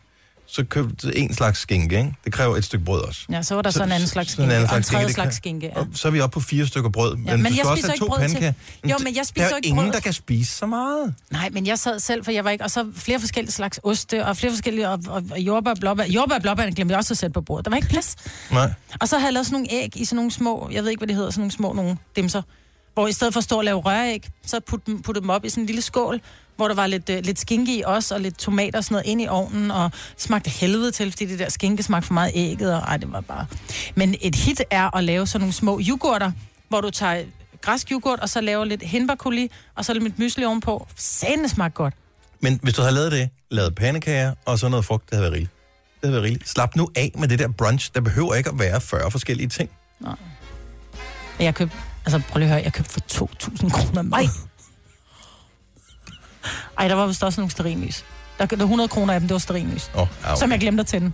A: Så købte en slags skinke, ikke? Det kræver et stykke brød også.
D: Ja, så var der så, en anden slags
A: sådan en
D: skinke,
A: anden
D: og en
A: slags skinke,
D: tredje
A: det
D: slags
A: kan-
D: skinke. Ja.
A: Og så er vi oppe på fire stykker brød, men,
D: Ja, men
A: du
D: jeg
A: skal også
D: spiser
A: have
D: ikke
A: to
D: brød til.
A: pandekager.
D: Jo, men jeg spiser
A: Der er jo
D: ikke
A: ingen,
D: brød.
A: der kan spise så meget.
D: Nej, men jeg sad selv, for jeg var ikke... Og så flere forskellige slags oste, og flere forskellige... Og, og, og jordbær og blåbær. Jordbær og blåbær glemte jeg også at sætte på bordet. Der var ikke plads.
A: Nej.
D: Og så havde jeg lavet sådan nogle æg i sådan nogle små... Jeg ved ikke, hvad det hedder. Sådan nogle små nogle dimser. Hvor i stedet for at stå og lave røræg, så put, dem- puttede dem op i sådan en lille skål, hvor der var lidt, øh, lidt skinke i også, og lidt tomater og sådan noget ind i ovnen, og smagte helvede til, fordi det der skinke smagte for meget ægget, og ej, det var bare... Men et hit er at lave sådan nogle små yoghurter, hvor du tager græsk yoghurt, og så laver lidt hindbarkuli, og så lidt mysli ovenpå. Sande smagte godt.
A: Men hvis du havde lavet det, lavet pandekager og så noget frugt, det havde været rigeligt. Det havde været rigeligt. Slap nu af med det der brunch. Der behøver ikke at være 40 forskellige ting.
D: Nej. Og Jeg købte, altså prøv lige at høre, jeg købte for 2.000 kroner mig. Ej, der var vist også nogle sterinlys. Der, der var 100 kroner af dem, det var sterinlys.
A: Åh, ja, okay.
D: Som jeg glemte at tænde.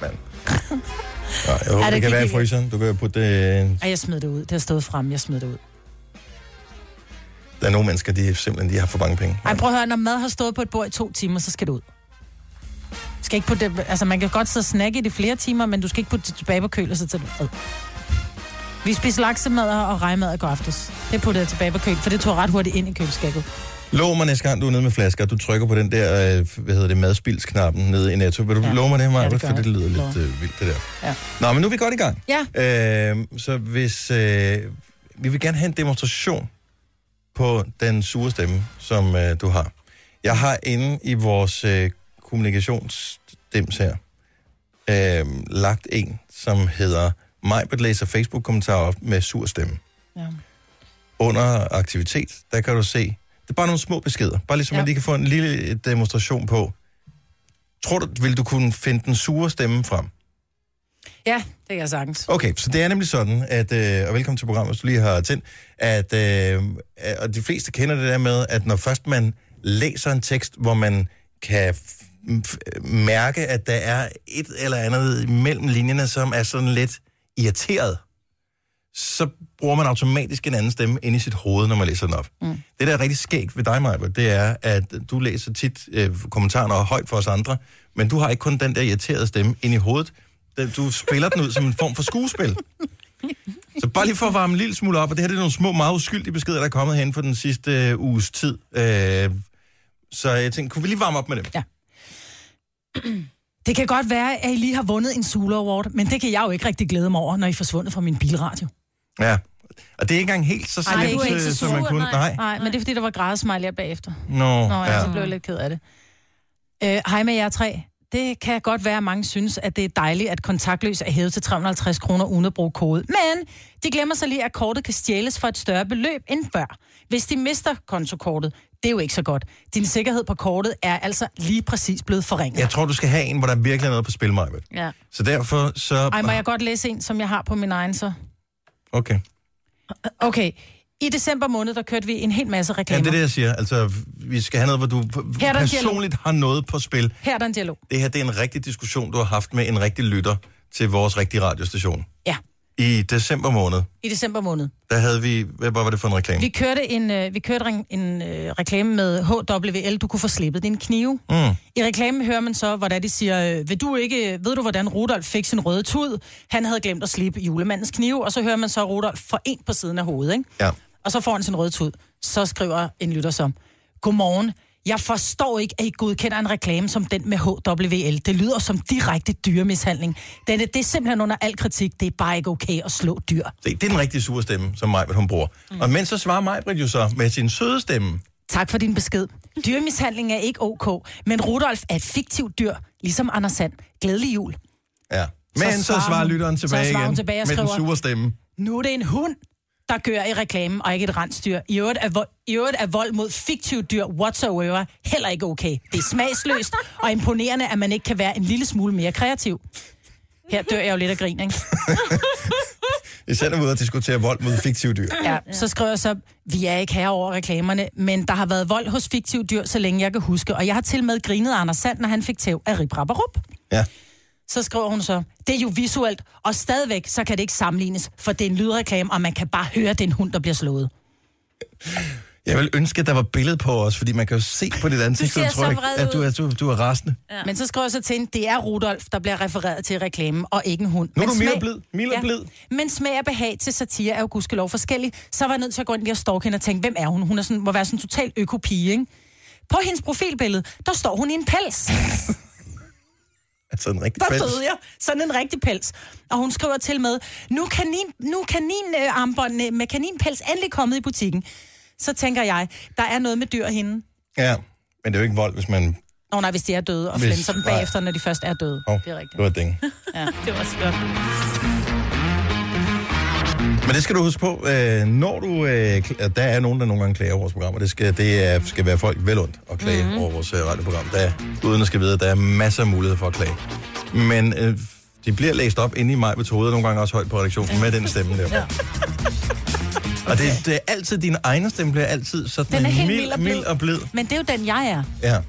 A: Ja, jeg håber,
D: Ej,
A: det,
D: det
A: kan
D: gik
A: være i
D: ikke.
A: fryseren. Du kan jo putte øh, det...
D: Ej, jeg smed det ud. Det har stået frem, jeg smed det ud.
A: Der er nogle mennesker, de simpelthen de har for mange penge.
D: Ej, prøv at høre, når mad har stået på et bord i to timer, så skal det ud. Du Skal ikke putte det, altså, man kan godt sidde og snakke i det flere timer, men du skal ikke putte det tilbage på køl, og så tager du ad. Vi spiste laksemad og rejmad i går aftes. Det puttede jeg tilbage på køl, for det tog ret hurtigt ind i køleskabet.
A: Lov mig næste gang, du er nede med flasker, og du trykker på den der, øh, hvad hedder det, madspildsknappen nede i Netto. Vil du ja. love mig det, Maja?
D: det
A: Ja,
D: gør
A: for det
D: jeg.
A: lyder lidt
D: Lov.
A: øh, vildt, det der.
D: Ja.
A: Nå, men nu er vi godt i gang.
D: Ja.
A: Øh, så hvis... Øh, vi vil gerne have en demonstration på den sure stemme, som øh, du har. Jeg har inde i vores øh, kommunikationsdims her, øh, lagt en, som hedder Majbert læser Facebook-kommentarer op med sur stemme.
D: Ja.
A: Under aktivitet, der kan du se, det er bare nogle små beskeder. Bare ligesom, ja. man lige kan få en lille demonstration på. Tror du, vil du kunne finde den sure stemme frem?
D: Ja, det kan jeg sagtens.
A: Okay, så det er nemlig sådan, at, øh, og velkommen til programmet, hvis du lige har tændt, at, øh, at- og de fleste kender det der med, at når først man læser en tekst, hvor man kan f- f- mærke, at der er et eller andet mellem linjerne, som er sådan lidt irriteret, så bruger man automatisk en anden stemme inde i sit hoved, når man læser den op. Mm. Det, der er rigtig skægt ved dig, Maja, det er, at du læser tit øh, kommentarerne højt for os andre, men du har ikke kun den der irriterede stemme inde i hovedet. Den- Du spiller den ud som en form for skuespil. Så bare lige for at varme en lille smule op, og det her det er nogle små, meget uskyldige beskeder, der er kommet hen for den sidste øh, uges tid. Øh, så jeg tænkte, kunne vi lige varme op med dem?
D: Ja. Det kan godt være, at I lige har vundet en Sula Award, men det kan jeg jo ikke rigtig glæde mig over, når I er forsvundet fra min bilradio.
A: ja. Og det er ikke engang helt så
D: Ej,
A: slemt,
D: du er
A: øh,
D: ikke så
A: som
D: sur,
A: man kunne.
D: nej. altså, nej. men det er fordi, der var grædesmejl bagefter.
A: Nå,
D: Nå ja,
A: ja.
D: så blev jeg lidt ked af det. Øh, Hej med jer tre. Det kan godt være, at mange synes, at det er dejligt, at kontaktløs er hævet til 350 kroner uden at bruge kode. Men de glemmer så lige, at kortet kan stjæles for et større beløb end før. Hvis de mister kontokortet, det er jo ikke så godt. Din sikkerhed på kortet er altså lige præcis blevet forringet.
A: Jeg tror, du skal have en, hvor der virkelig er noget på spil, Maja.
D: Ja.
A: Så derfor så...
D: Ej, må jeg godt læse en, som jeg har på min egen så?
A: Okay.
D: Okay. I december måned, der kørte vi en hel masse
A: Ja, det
D: reklamer.
A: er det, jeg siger. Altså, vi skal have noget, hvor du p-
D: Her er der en dialog.
A: personligt har noget på spil.
D: Her er der en dialog.
A: Det her, det er en rigtig diskussion, du har haft med en rigtig lytter til vores rigtige radiostation.
D: Ja,
A: I december måned,
D: i december måned.
A: der havde vi... Hvad var det for en reklame?
D: Vi kørte en, øh, vi kørte en, en øh, reklame med HWL, du kunne få slippet din knive.
A: Mm.
D: I reklamen hører man så, hvordan de siger, øh, ved du ikke, ved du hvordan Rudolf fik sin røde tud? Han havde glemt at slippe julemandens knive, og så hører man så Rudolf for en på siden af hovedet, ikke?
A: Ja.
D: Og så får han sin røde tud. Så skriver en lytter som, godmorgen, jeg forstår ikke, at I godkender en reklame som den med HWL. Det lyder som direkte dyremishandling. Den er, det er simpelthen under al kritik. Det er bare ikke okay at slå dyr.
A: Det, det er den rigtige sure stemme, som Majbrit hun bruger. Mm. Og men så svarer Majbrit jo så med sin søde stemme.
D: Tak for din besked. Dyremishandling er ikke ok, men Rudolf er et fiktivt dyr, ligesom Anders Sand. Glædelig jul.
A: Ja. Men så, så
D: svarer
A: svarer,
D: hun-
A: lytteren
D: så
A: tilbage
D: svarer hun
A: igen
D: tilbage og
A: med den
D: skriver-
A: sure stemme.
D: Nu er det en hund, der gør i reklamen, og ikke et rensdyr. I øvrigt er, vo- I øvrigt er vold mod fiktive dyr whatsoever heller ikke okay. Det er smagsløst og imponerende, at man ikke kan være en lille smule mere kreativ. Her dør jeg jo lidt af grin, ikke?
A: Især når vi er ude og diskutere vold mod fiktive dyr.
D: Ja, så skriver jeg så, vi er ikke her over reklamerne, men der har været vold hos fiktive dyr, så længe jeg kan huske. Og jeg har til med grinet af Anders Sand, når han fik tæv af Rip Rap og Rup.
A: Ja.
D: Så skriver hun så, det er jo visuelt, og stadigvæk så kan det ikke sammenlignes, for det er en lydreklame, og man kan bare høre, at det er en hund, der bliver slået.
A: Jeg vil ønske, at der var billede på os, fordi man kan jo se på dit
D: ser så
A: ansigtsudtryk,
D: vred
A: at du er, du, du er rasende.
D: Ja. Men så skriver jeg så til hende, det er Rudolf, der bliver refereret til i reklamen, og ikke en hund.
A: Nu er
D: Men
A: du mild og
D: smag-
A: blid. Mild og blid.
D: Men smag og behag til satire er jo gudskelov forskellig. Så var jeg nødt til at gå ind lige og stalke hende og tænke, hvem er hun? Hun er sådan, må være sådan en total økopige, ikke? På hendes profilbillede, der står hun i en pels.
A: Altså en rigtig
D: Der
A: fælles.
D: døde jeg. Sådan en rigtig pels. Og hun skriver til med, nu kanin, nu kanin øh, armbåndene med kaninpels endelig kommet i butikken. Så tænker jeg, der er noget med dyr hende.
A: Ja, men det er jo ikke vold, hvis man...
D: Nå nej, hvis de er døde, og
A: Hvis-
D: flænser dem
A: nej.
D: bagefter, når de først er døde.
A: Hov,
D: Det er rigtigt.
A: Det var et ding.
D: Ja, det var skørt.
A: Men det skal du huske på, øh, når du... Øh, kl- at der er nogen, der nogle gange klager over vores program, og det skal, det er, skal være folk vel ondt at klage
D: Mhm.
A: mm-hmm. over vores øh, radioprogram, der, uden at skal vide, at der er masser af muligheder for at klage. Men øh, De bliver læst op inde i mig med hovedet, nogle gange også højt på redaktionen, med den stemme der.
Q: Ja.
A: Og det, det er altid, din egen stemme bliver altid sådan
D: Den er helt
A: mild, mild og blid.
D: Men det er jo den, jeg er.
A: Ja.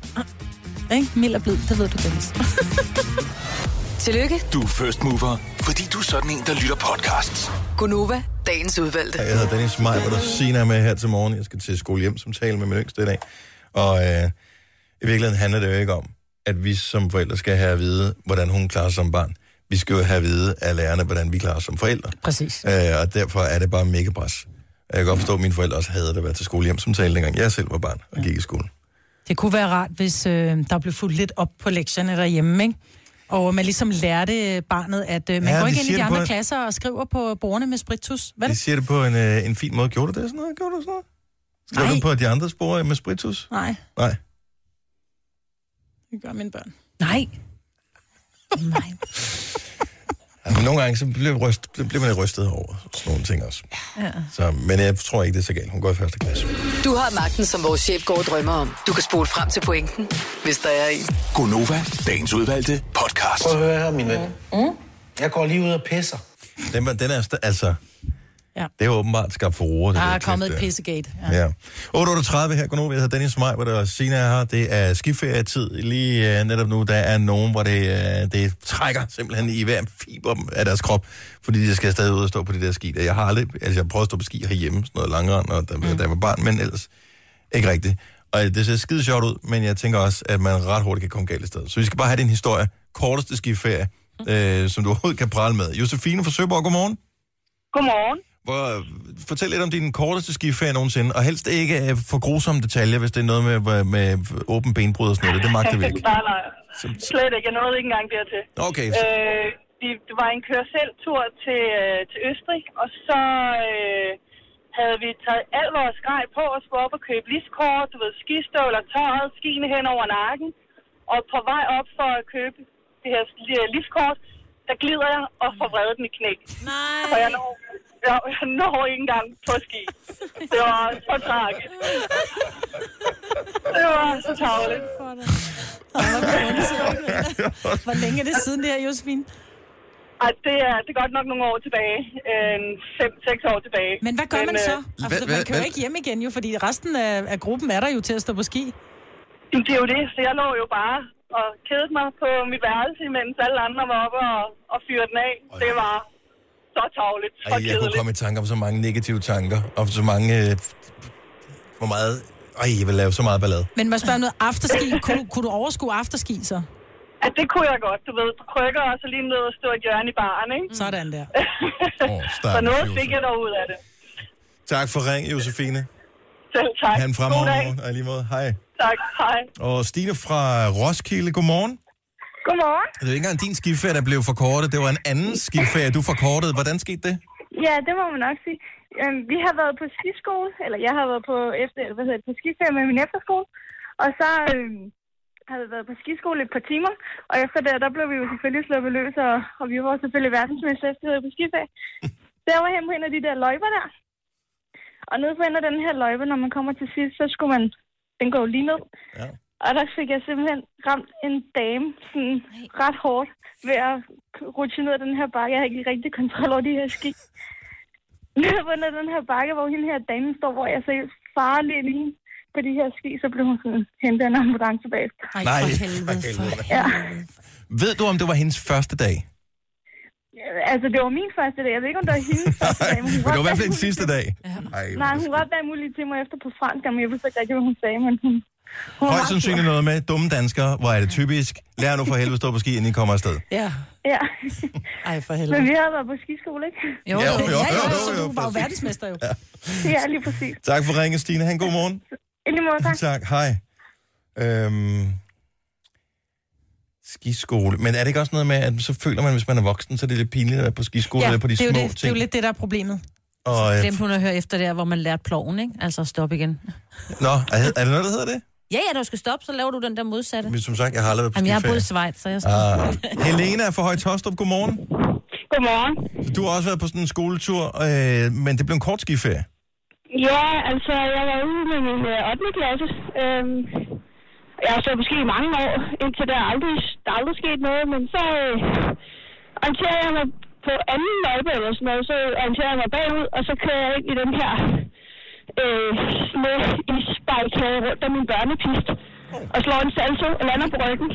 D: Ikke? Mild og blid, det ved du, Dennis.
E: Tillykke,
F: Du er first mover, fordi du er sådan en, der lytter podcasts.
E: Gunova, dagens udvalgte.
A: Jeg hedder Dennis Maj, hvor der Sina er med her til morgen. Jeg skal til skole hjem som tale med min yngste i dag. Og øh, i virkeligheden handler det jo ikke om, at vi som forældre skal have at vide, hvordan hun klarer sig som barn. Vi skal jo have at vide af lærerne, hvordan vi klarer os som forældre.
D: Præcis.
A: Øh, og derfor er det bare mega pres. Jeg kan godt forstå, at mine forældre også havde det at være til skole hjem som tale, dengang jeg selv var barn og gik i skole.
D: Det kunne være rart, hvis øh, der blev fulgt lidt op på lektierne derhjemme, ikke? Og man ligesom lærte øh, barnet, at øh, man
A: Ja,
D: ja, går
A: de
D: ikke ind
A: siger
D: i de
A: det på
D: andre
A: en-
D: klasser og skriver på bordene med spritus. Hvad er
A: De
D: det?
A: siger det på en, øh, en fin måde. Gjorde du det sådan noget? Gjorde du sådan noget? Skrev du på de andre spor med spritus?
D: Nej,
A: Nej.
D: det gør mine børn.
C: Nej. Nej.
A: Altså, nogle gange så bliver, ryst, bliver man lidt rystet over sådan nogle ting også.
E: Ja.
A: Så, men jeg tror ikke, det er så galt. Hun går i første klasse.
E: Du har magten, som vores chef går og drømmer om. Du kan spole frem til pointen, hvis der er en.
F: Gonova, dagens udvalgte podcast.
R: Prøv at høre her, min ven. Mm. Jeg går lige ud og pisser.
A: Den, den er, sta- altså,
D: Ja.
A: det er åbenbart skabt for ord.
D: Der er kommet et pissegate. Ja.
A: Ja. 8.38 her, goddag, jeg hedder Dennis Maj, hvor der er Sina her. Det er skiferietid lige uh, netop nu. Der er nogen, hvor det, uh, det trækker simpelthen i hver fiber af deres krop, fordi de skal stadig ud og stå på de der ski. Der. Jeg har aldrig, altså jeg prøver at stå på ski herhjemme, sådan noget langrand, og da, mm. da jeg var barn, men ellers ikke rigtigt. Og det ser skide sjovt ud, men jeg tænker også, at man ret hurtigt kan komme galt i stedet. Så vi skal bare have din historie. Korteste skiferie, øh, som du overhovedet kan prale med. Josefine fra Søborg, godmorgen.
K: Godmorgen.
A: Hvor, fortæl lidt om din korteste skiferie nogensinde, og helst ikke øh, for grusomme detaljer, hvis det er noget med, med, med åben benbrud og sådan noget. Det magter vi ikke.
K: nej, nej. Slet ikke. Jeg nåede ikke engang dertil.
A: Okay.
K: Øh, det, det var en kørseltur til, øh, til Østrig, og så øh, havde vi taget al vores grej på og skulle op og købe liskort, du ved, skistøvler, tøjet, skiene hen over nakken. Og på vej op for at købe det her li- øh, liskort, der glider jeg og får vredet den i knæk. Nej. Og jeg når, jeg, jeg når ikke engang på ski. Det var så tragisk. det var så tavligt.
D: Hvor længe er det siden det her, Josefine?
K: Ej, det er, det er godt nok nogle år tilbage. En 5-6 år tilbage.
D: Men hvad gør man så?
K: øh,
D: Altså, man kører ikke hjem igen jo, fordi resten af, af gruppen er der jo til at stå på ski.
K: Jamen, det er jo det, så jeg lå jo bare og kedede mig på mit værelse, mens alle andre var oppe og, og fyrede den af. Det var så tavligt og
A: Ej, jeg kunne
K: kedeligt.
A: komme i tanker om så mange negative tanker, og så mange... Øh, hvor meget... Ej, jeg vil lave så meget ballade.
D: Men man spørger om noget afterski. Kunne, du- kunne du overskue afterski så?
K: Ja, det kunne jeg godt, du ved. Krykker og så lige ned og stå et hjørne i baren,
A: Mm.
K: ikke?
D: Sådan der.
K: så
A: stakkels
K: noget
A: Josef.
K: fik jeg dog ud af det.
A: Tak for ring, Josefine.
K: Selv tak.
A: Han
K: God dag.
A: fremover, og i lige måde. Hej.
K: Tak, hej.
A: Og Stine fra Roskilde, godmorgen.
S: Godmorgen.
A: Det er jo ikke engang din skiferie, der blev forkortet. Det var en anden skiferie, du forkortede. Hvordan skete det?
S: Ja, det må man nok sige. Øhm, Vi har været på skiskole, eller jeg har været på, efter, eller hvad hedder det, på skiferie med min efterskole, og så øhm, har vi været på skiskole et par timer, og efter det, der blev vi jo selvfølgelig sluppet løs, og, og vi var selvfølgelig verdensmester efter det på skiferie. Der var hjemme på en af de der løjper der, og nede på en af den her løjpe, når man kommer til sidst, så skulle man, den går jo lige ned,
A: ja.
S: og der fik jeg simpelthen ramt en dame sådan ret hårdt ved at rutsche ned ad den her bakke. Jeg havde ikke rigtig kontrol over de her ski. Nede på under den her bakke, hvor hende her damen står, hvor jeg seriøst farer lige ind i hende på de her ski, så blev hun sådan hentet af en ambulance bagefter.
A: Nej, for helvede, for helvede.
S: Ja.
A: Ved du, om det var hendes første dag?
S: Altså, det var min første dag. Jeg ved ikke, om det var hendes første dag. Men, hun
A: Men det var i
S: råbte
A: hvert fald
S: alt
A: en
S: muligt
A: sidste
S: til-
A: dag. Ej,
S: Nej, hun råbte alt muligt til mig efter på fransk, men jeg vidste ikke rigtig, hvad hun sagde, men hun... hun var
A: Højst
S: ret
A: sandsynligt noget med dumme danskere. Hvor er det typisk? Lær nu for helvede at stå på ski, inden I kommer afsted.
D: Ja.
S: Ja.
D: Ej, for
S: Men
D: helvede.
S: vi har været på skiskole, ikke?
A: Jo, Jo, jo, jo,
D: Ja,
A: jo,
D: jo,
A: jo,
D: så
A: jo,
D: du var jo
A: præcis.
D: verdensmester jo.
S: Ja, lige præcis.
A: Tak for ringen, Stine. Han god morgen.
S: I lige måde, tak.
A: Tak, hej. Øhm, skiskole. Men er det ikke også noget med, at så føler man, hvis man er voksen, så er det lidt pinligt at være på skiskole ja, eller på de
D: det, er
A: små
D: jo det, det er jo
A: ting?
D: lidt det, der er problemet.
A: Og, øh,
C: Glemte hun at høre efter der, hvor man lærte ploven, ikke? Altså stop igen.
A: Nå, er, er det noget, der hedder det?
C: Ja, ja, når du skal stoppe, så laver du den der modsatte.
A: Men som sagt, jeg har aldrig været på
C: Jamen, jeg har boet i
A: skiferie.
C: Schweiz, så jeg
A: Ah. Helena er fra Høje Tostrup, godmorgen.
K: Godmorgen.
A: Du har også været på sådan en skoletur, øh, men det blev en kort skiferie.
K: Ja, altså, jeg var ude med min øh, 8. klasse. Øhm, jeg har stået måske i mange år, indtil der aldrig, der aldrig skete noget, men så, øh,
P: orienterer jeg mig på anden løjpe eller sådan noget, så orienterer jeg mig bagud, og så kører jeg ind i den her øh, med i spejlkæde rundt om min børnepist, og slår en salto og lander på ryggen,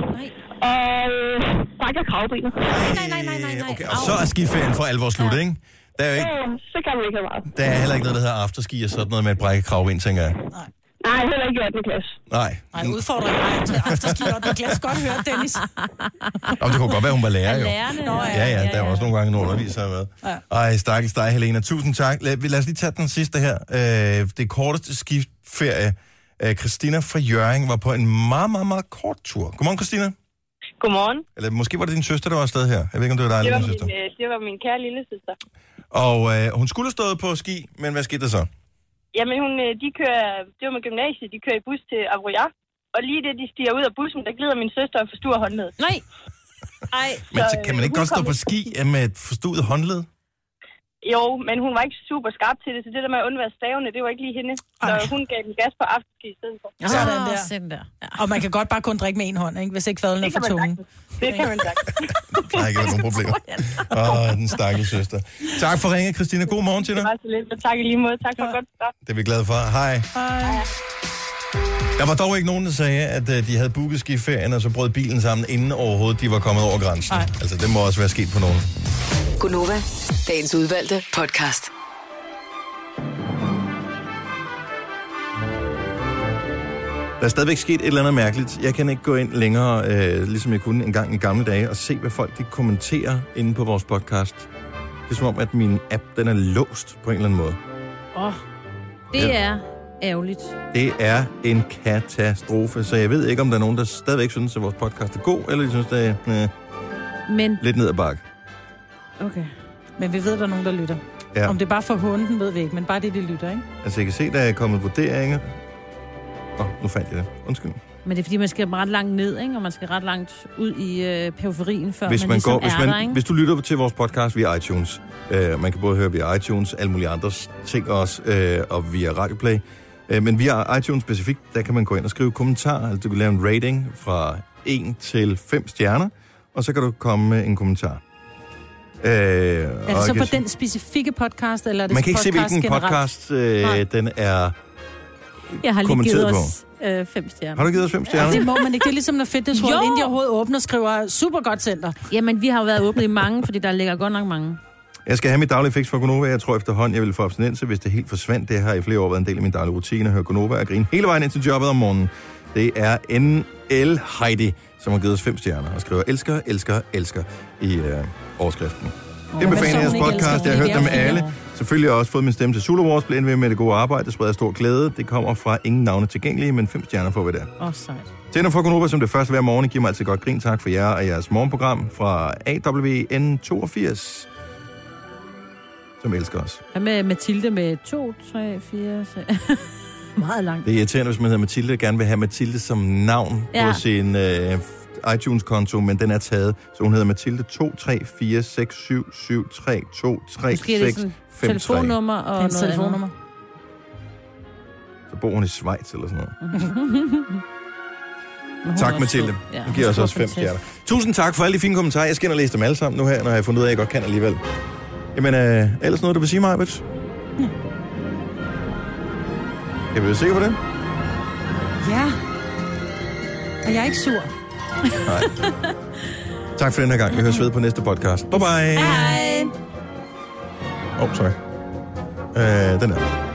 P: og øh, brækker kravbenet. Nej, nej, nej, nej, nej.
A: Øh, Okay, og så er skiferien for alvor slut, ikke? Der er jo ikke,
P: Så kan man ikke have meget.
A: der er heller ikke noget, der hedder afterski og sådan noget med et brækket kravben, tænker jeg.
P: Nej, heller ikke i 8. klasse.
A: Nej.
D: Nej, udfordring mig til afterski 8. klasse. Godt hørt, Dennis.
A: Nå, det kunne godt være, hun var lærer,
D: Ja,
A: jo.
D: lærerne. Nå, ja,
A: ja, ja,
D: ja,
A: der er også nogle gange, når underviser har været. Ja. Ej, stakkels dig, Helena. Tusind tak. Lad, lad os lige tage den sidste her. Øh, det korteste skiferie. Øh, Christina fra Jøring var på en meget, meget, meget kort tur. Godmorgen, Christina.
T: Godmorgen.
A: Eller måske var det din søster, der var afsted her. Jeg ved ikke, om det var dig
T: det,
A: eller
T: var
A: din søster.
T: min, øh, det var min kære lille søster.
A: Og øh, hun skulle have stået på ski, men hvad skete der så?
T: Jamen, hun, øh, de kører, det var med gymnasiet, de kører i bus til Avroyard. Og lige det, de stiger ud af bussen, der glider min søster og forstuer håndledet.
C: Nej!
T: Nej.
A: Men så, kan man ikke godt stå på ski øh, med et forstuet håndled?
T: Jo, men hun var ikke super skarp til det, så det der med at undvære stavene, det var ikke lige hende. Så hun gav den gas på aftenski i stedet for.
D: Sådan der. Og man kan godt bare kun drikke med en hånd, ikke? hvis ikke fadelen er
T: Det
D: for
T: kan man
D: tungen.
T: Det kan man sagt.
A: Der har ikke været nogen problemer. Åh, den stakkels søster. Tak for ringet, Christina. God morgen til dig.
T: Så lidt, og tak i lige måde. Tak for ja. godt start.
A: Det er vi glade for. Hej.
T: Hej.
A: Der var dog ikke nogen, der sagde, at øh, de havde booket skiferien, og så brød bilen sammen, inden overhovedet de var kommet over grænsen. Ej. Altså, det må også være sket for nogen.
E: Gunova, dagens udvalgte podcast.
A: Der er stadigvæk sket et eller andet mærkeligt. Jeg kan ikke gå ind længere, øh, ligesom jeg kunne en gang i gamle dage, og se, hvad folk de kommenterer inde på vores podcast. Det er som om, at min app den er låst på en eller anden måde.
C: Åh, oh, det
A: Ja.
C: er ærgerligt.
A: Det er en katastrofe, så jeg ved ikke, om der er nogen, der stadigvæk synes, at vores podcast er god, eller de synes, det er øh,
D: Men,
A: lidt ned ad bakke.
D: okay. Men vi ved, der er nogen, der lytter.
A: Ja.
D: Ja. Om det er bare for hunden, ved vi ikke, men bare det, de lytter, ikke?
A: Altså, jeg kan se, der er kommet vurderinger. Åh, oh, nu fandt jeg det. Undskyld.
C: Men det er fordi, man skal ret langt ned, ikke? og man skal ret langt ud i øh, periferien, før
A: hvis
C: man,
A: man,
C: ligesom
A: går, hvis,
C: er
A: man,
C: der, ikke?
A: hvis du lytter til vores podcast via iTunes, øh, man kan både høre via iTunes, alle mulige andre ting også, øh, og via Radioplay. Øh, men via iTunes specifikt, der kan man gå ind og skrive kommentarer, eller du kan lave en rating fra 1 til 5 stjerner, og så kan du komme med en kommentar. Øh,
D: Er det så på den specifikke podcast, eller er det
A: man kan ikke se,
D: podcast
A: hvilken
D: generelt?
A: podcast øh, den er...
C: Jeg har lige
A: kommenteret
C: givet
A: på.
C: os øh, fem stjerner.
A: Har du givet os fem stjerner?
D: Ja, det må man ikke. Det er ligesom, når Fitness World,
C: Jo!
D: inden de overhovedet åbner, skriver super godt center.
C: Jamen, vi har jo været åbne i mange, fordi der ligger godt nok mange.
A: Jeg skal have mit daglige fix fra Gonova. Jeg tror efterhånden, jeg vil få abstinenser, hvis det helt forsvandt. Det har i flere år været en del af min daglige rutine at høre Gonova og grine hele vejen ind til jobbet om morgenen. Det er NL Heidi, som har givet os fem stjerner og skriver elsker, elsker, elsker i øh, overskriften. Det
F: hvad
A: befaler
F: så,
A: jeres
F: hun ikke
A: podcast.
F: elsker?
A: Jeg har hørt
F: Det er
A: dem
F: jo fint
A: alle.
F: nok.
A: Selvfølgelig har jeg også fået min stemme til Zulu Awards. Blev indvendt med det gode arbejde. Det spreder stor glæde. Det kommer fra ingen navne tilgængelige, men fem stjerner får vi der.
C: Åh, oh, sejt.
A: Tænder for Konoba, som det første hver morgen, giver mig altid godt grin. Tak for jer og jeres morgenprogram fra AWN82, som elsker os.
C: Hvad med Mathilde med 2, 3, 4, 6? Meget langt.
A: Det er irriterende, hvis man hedder Mathilde, og gerne vil have Mathilde som navn ja.
C: Ja.
A: på sin øh, iTunes-konto, men den er taget, så hun hedder Mathilde 234677323653.
C: Måske er det sådan telefonnummer og
D: Hans
C: noget
D: telefonnummer.
C: andet.
A: Så bor hun i Schweiz eller sådan noget.
D: Men hun er
A: Tak,
D: også
A: Mathilde.
D: sød. Ja,
A: Du giver os
D: hun er
A: også fem
D: fantastisk.
A: stjerner. Tusind tak for alle de fine kommentarer. Jeg skal ind og læse dem alle sammen nu her, når jeg har fundet ud af, at jeg godt kan alligevel. Jamen, øh, ellers noget, du vil sige, Majbet? Jeg vil sikker på det.
D: Ja. Og jeg er ikke sur.
A: Nej. tak for den her gang. Vi høres ved på næste podcast. Bye bye.
D: Hej.
A: Åh, oh, sorry. Øh, den der.